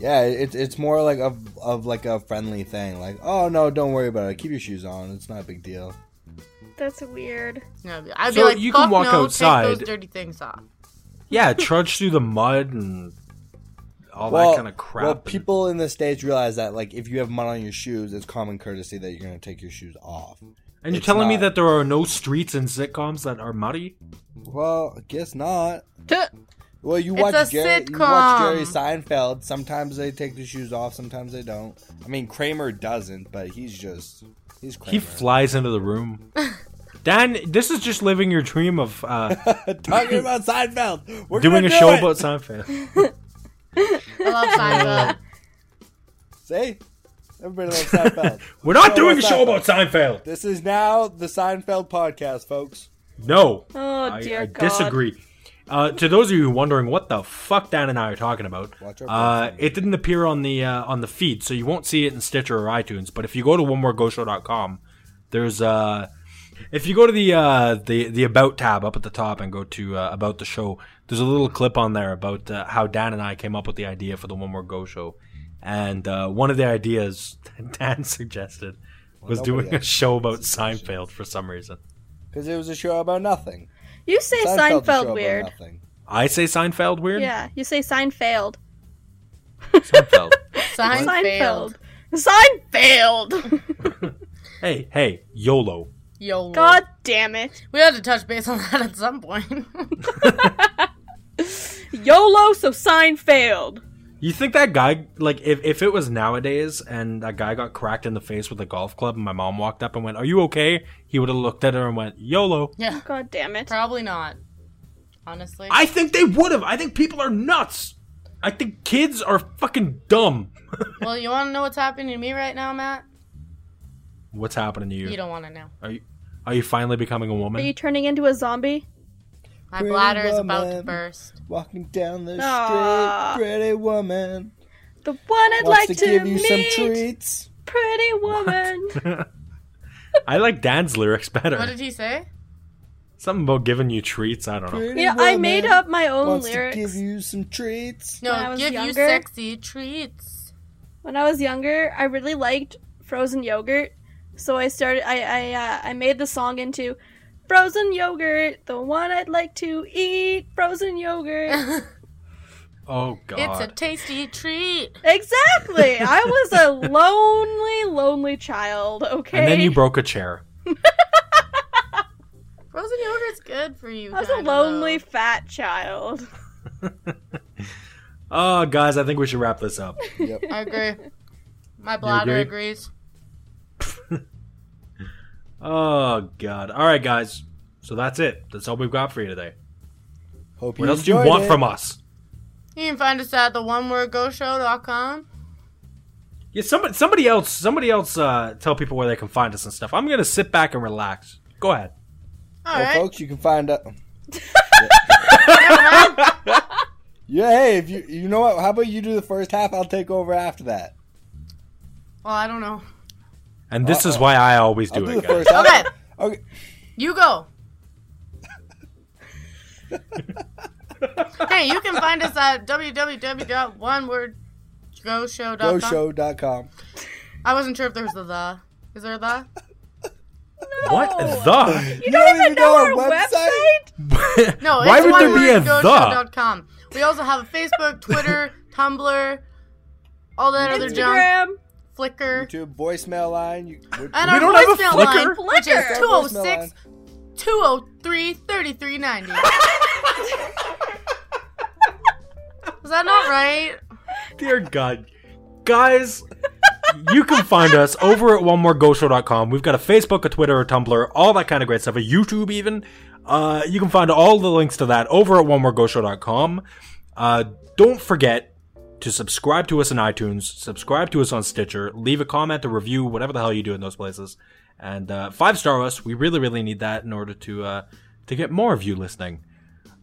Yeah, it, it's more like of of like a friendly thing. Like, oh no, don't worry about it. Keep your shoes on. It's not a big deal.
That's weird.
No, I'd
So
be like,
you
Fuck
can walk
no, Take
outside."
those dirty things off.
Yeah, trudge through the mud and all that kind of crap.
Well,
and-
people in the states realize that like if you have mud on your shoes, it's common courtesy that you're gonna take your shoes off.
And you're
It's
telling me
not.
that there are no streets in sitcoms that are muddy?
Well, I guess not.
Tuh.
Well, you
It's
watch
a
Jerry. You watch Jerry
sitcom.
Seinfeld. Sometimes they take the shoes off. Sometimes they don't. I mean, Kramer doesn't, but he's just he's Kramer.
He flies into the
[LAUGHS]
room. Dan, this is just living your dream of uh,
Talking about Seinfeld. We're
doing
gonna
a
do
show
it.
about Seinfeld. [LAUGHS]
I love Seinfeld.
See, everybody loves
[LAUGHS]
Seinfeld.
We're not
Show
doing a
about
show about Seinfeld.
this is now the Seinfeld podcast, folks.
No,
Oh
I,
dear
I
God.
disagree. Uh, to those of you wondering what the fuck Dan and I are talking about,
Watch our
uh, it didn't appear on the uh, on the feed, so you won't see it in Stitcher or iTunes. But if you go to onemoregoshow.com, there's uh, if you go to the uh, the the about tab up at the top and go to uh, about the show, there's a little clip on there about uh, how Dan and I came up with the idea for the One More Go show, and uh, one of the ideas [LAUGHS] Dan suggested was
nobody
doing a
else
show about Seinfeld for some reason.
Because it was a show about nothing.
You say
Seinfeld's a show
Seinfeld,
about
weird.
nothing.
I say Seinfeld weird.
Yeah, you say Seinfeld. [LAUGHS]
Seinfeld.
Seinfeld.
Seinfeld. [LAUGHS] Seinfeld.
hey, hey, YOLO.
Yo.
God damn it.
We had to touch base on [LAUGHS] that at some point. [LAUGHS]
YOLO, so Seinfeld.
You think that guy, like, if, if it was nowadays and that guy got cracked in the face with a golf club and my mom walked up and went, Are you okay? He would have looked at her and went, YOLO.
yeah.
God damn it.
Probably not. Honestly.
I think they would have. I think people are nuts. I think kids are fucking dumb. [LAUGHS]
well, you want to know what's happening to me right now, Matt?
What's happening to you?
You don't want to know.
Are you are you finally becoming a
Are
woman?
you turning into a zombie?
My
Pretty
bladder is about to
woman.
burst.
Walking down the
Aw.
street, pretty woman
The one I'd
wants
like
to give you
meet.
some treats.
Pretty woman.
[LAUGHS] I like Dan's lyrics better.
What did he say?
Something about giving you treats. I don't know.
Pretty
yeah, I
woman
made up my own
wants to
lyrics.
give you some treats.
When I
No,
was
give you
younger-
sexy treats.
When I was younger, I really liked frozen yogurt, so I started. I I uh, I made the song into frozen yogurt, the one I'd like to eat. Frozen yogurt.
Oh
It's a
God.
tasty treat.
exactly. I was a lonely, lonely child. Okay.
and then you broke a chair.
Frozen yogurt's good for you.
I was a
kinda,
lonely,
though.
fat child.
Oh, guys, I think we should wrap this up.
Yep.
I agree.
[LAUGHS]
My bladder
agree?
agrees.
Oh, God. All right, guys. So that's it. That's all we've got for you today.
Hope you
What else do you
enjoyed
want
it.
from us?
You can find us at the one word go show.com.
Yeah, somebody, somebody else, somebody else, uh, tell people where they can find us and stuff. I'm gonna sit back and relax. Go ahead.
All
Well,
right.
folks, you can find
[LAUGHS]
out.
Never mind.
Yeah, hey, if you you know what? How about you do the first half? I'll take over after that.
Well, I don't know.
And this is why I always
I'll
do
do,
it,
the
guys.
first half.
Okay.
Okay.
You go. hey, you can find us at www.onewordgoshow.com.
GoShow.com.
I wasn't sure if there was a the. Is there a the?
[LAUGHS] What
[LAUGHS]
the?
You don't, even, know our, website?
No,
Why
it's
would there be a the?
onewordgoshow.com. We also have a Facebook,
[LAUGHS]
Twitter, Tumblr, all that other junk,
Instagram.
Flickr,
To a voicemail line. You, we-
We
and our
don't have a
voicemail
Flickr?
line, which is
Flickr.
206 203
[LAUGHS]
3390. Is that not right?
Dear God, guys, you can find us over at onemoregoshow.com. We've got a Facebook, a Twitter, a Tumblr, all that kind of great stuff, a YouTube even. Uh, you can find all the links to that over at onemoregoshow.com. Uh, don't forget to subscribe to us on iTunes, subscribe to us on Stitcher, leave a comment, a review, whatever the hell you do in those places, and uh, five star us. We really, really need that in order to uh, to get more of you listening.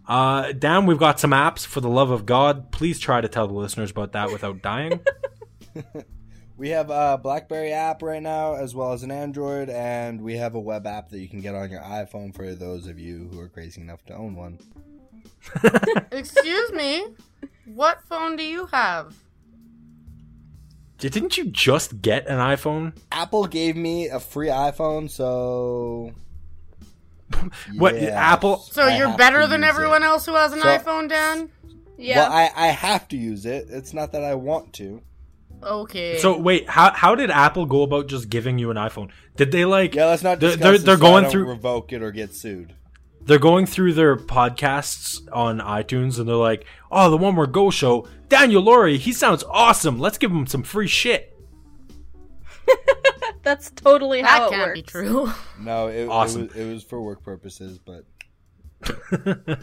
Uh, down, we've got some apps. For the love of God, please try to tell the listeners about that without dying.
We have a BlackBerry app right now, as well as an Android, and we have a web app that you can get on your iPhone for those of you who are crazy enough to own one.
Excuse me. What phone do you have?
Didn't you just get an iPhone?
Apple gave me a free iPhone, so
[LAUGHS] What
Yes.
Apple?
So
I
you're
have
better
to
than
use
everyone
it.
else who has an
So-
iPhone, Dan?
Yeah.
Well, I, I have to use it. It's not that I want to.
Okay.
So wait, how how did Apple go about just giving you an iPhone? Did they like?
Yeah, let's not.
They're
Discuss
they're,
this
they're
so I
going
don't
through
revoke it or get sued.
they're going through their podcasts on iTunes, and they're like, oh, the one where Go Show Daniel Laurie, he sounds awesome. Let's give him some free shit.
That's totally how
that
Oh, it
can't
works.
be true. [LAUGHS]
No, it, it
Awesome.
was, it was for work purposes, but
All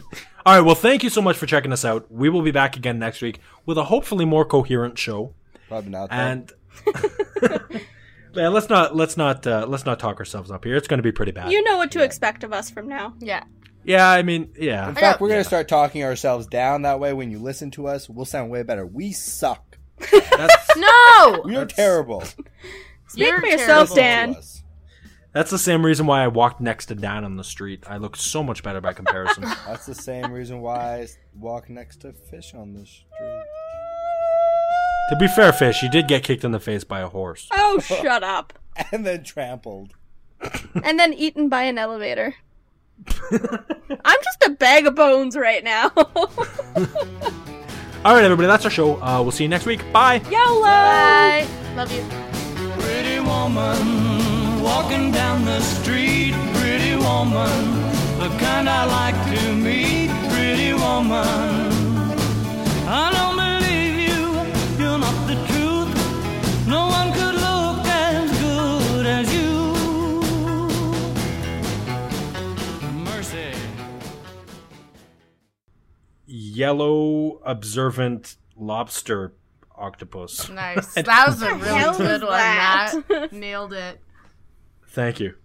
right, well, thank you so much for checking us out. We will be back again next week with a hopefully more coherent show.
probably not. though.
and [LAUGHS] yeah, let's not let's not uh, let's not talk ourselves up here. It's going to be pretty bad.
You know what to expect of us from now.
Yeah.
yeah, I mean, yeah,
[LAUGHS]
in fact, we're
Yeah.
gonna start talking ourselves down. That way, when you listen to us, we'll sound way better. We suck.
that's
No!
We
[LAUGHS]
are terrible.
[LAUGHS] Speak
You're
for yourself,
terrible.
Dan.
that's the same reason why I walked next to Dan on the street. I look so much better by
[LAUGHS]
comparison.
That's the same reason why I walk next to fish on the street. [LAUGHS]
to be fair, Fish, you did get kicked in the face by a horse.
Oh, shut up.
And then trampled.
And then eaten by an elevator. I'm just a bag of bones right now. [LAUGHS]
All right, everybody, that's our show. Uh, we'll see you next week. Bye.
YOLO!
Bye. Love you.
Pretty woman, walking down the street. Pretty woman, the kind I like to meet. Pretty woman, I don't believe you, you're not the truth. No one could look as good as you. Mercy.
Yellow observant lobster octopus.
[LAUGHS]
Nice. That was a
hell
really good
was
one,
[LAUGHS] that?
Matt. Nailed it.
Thank you.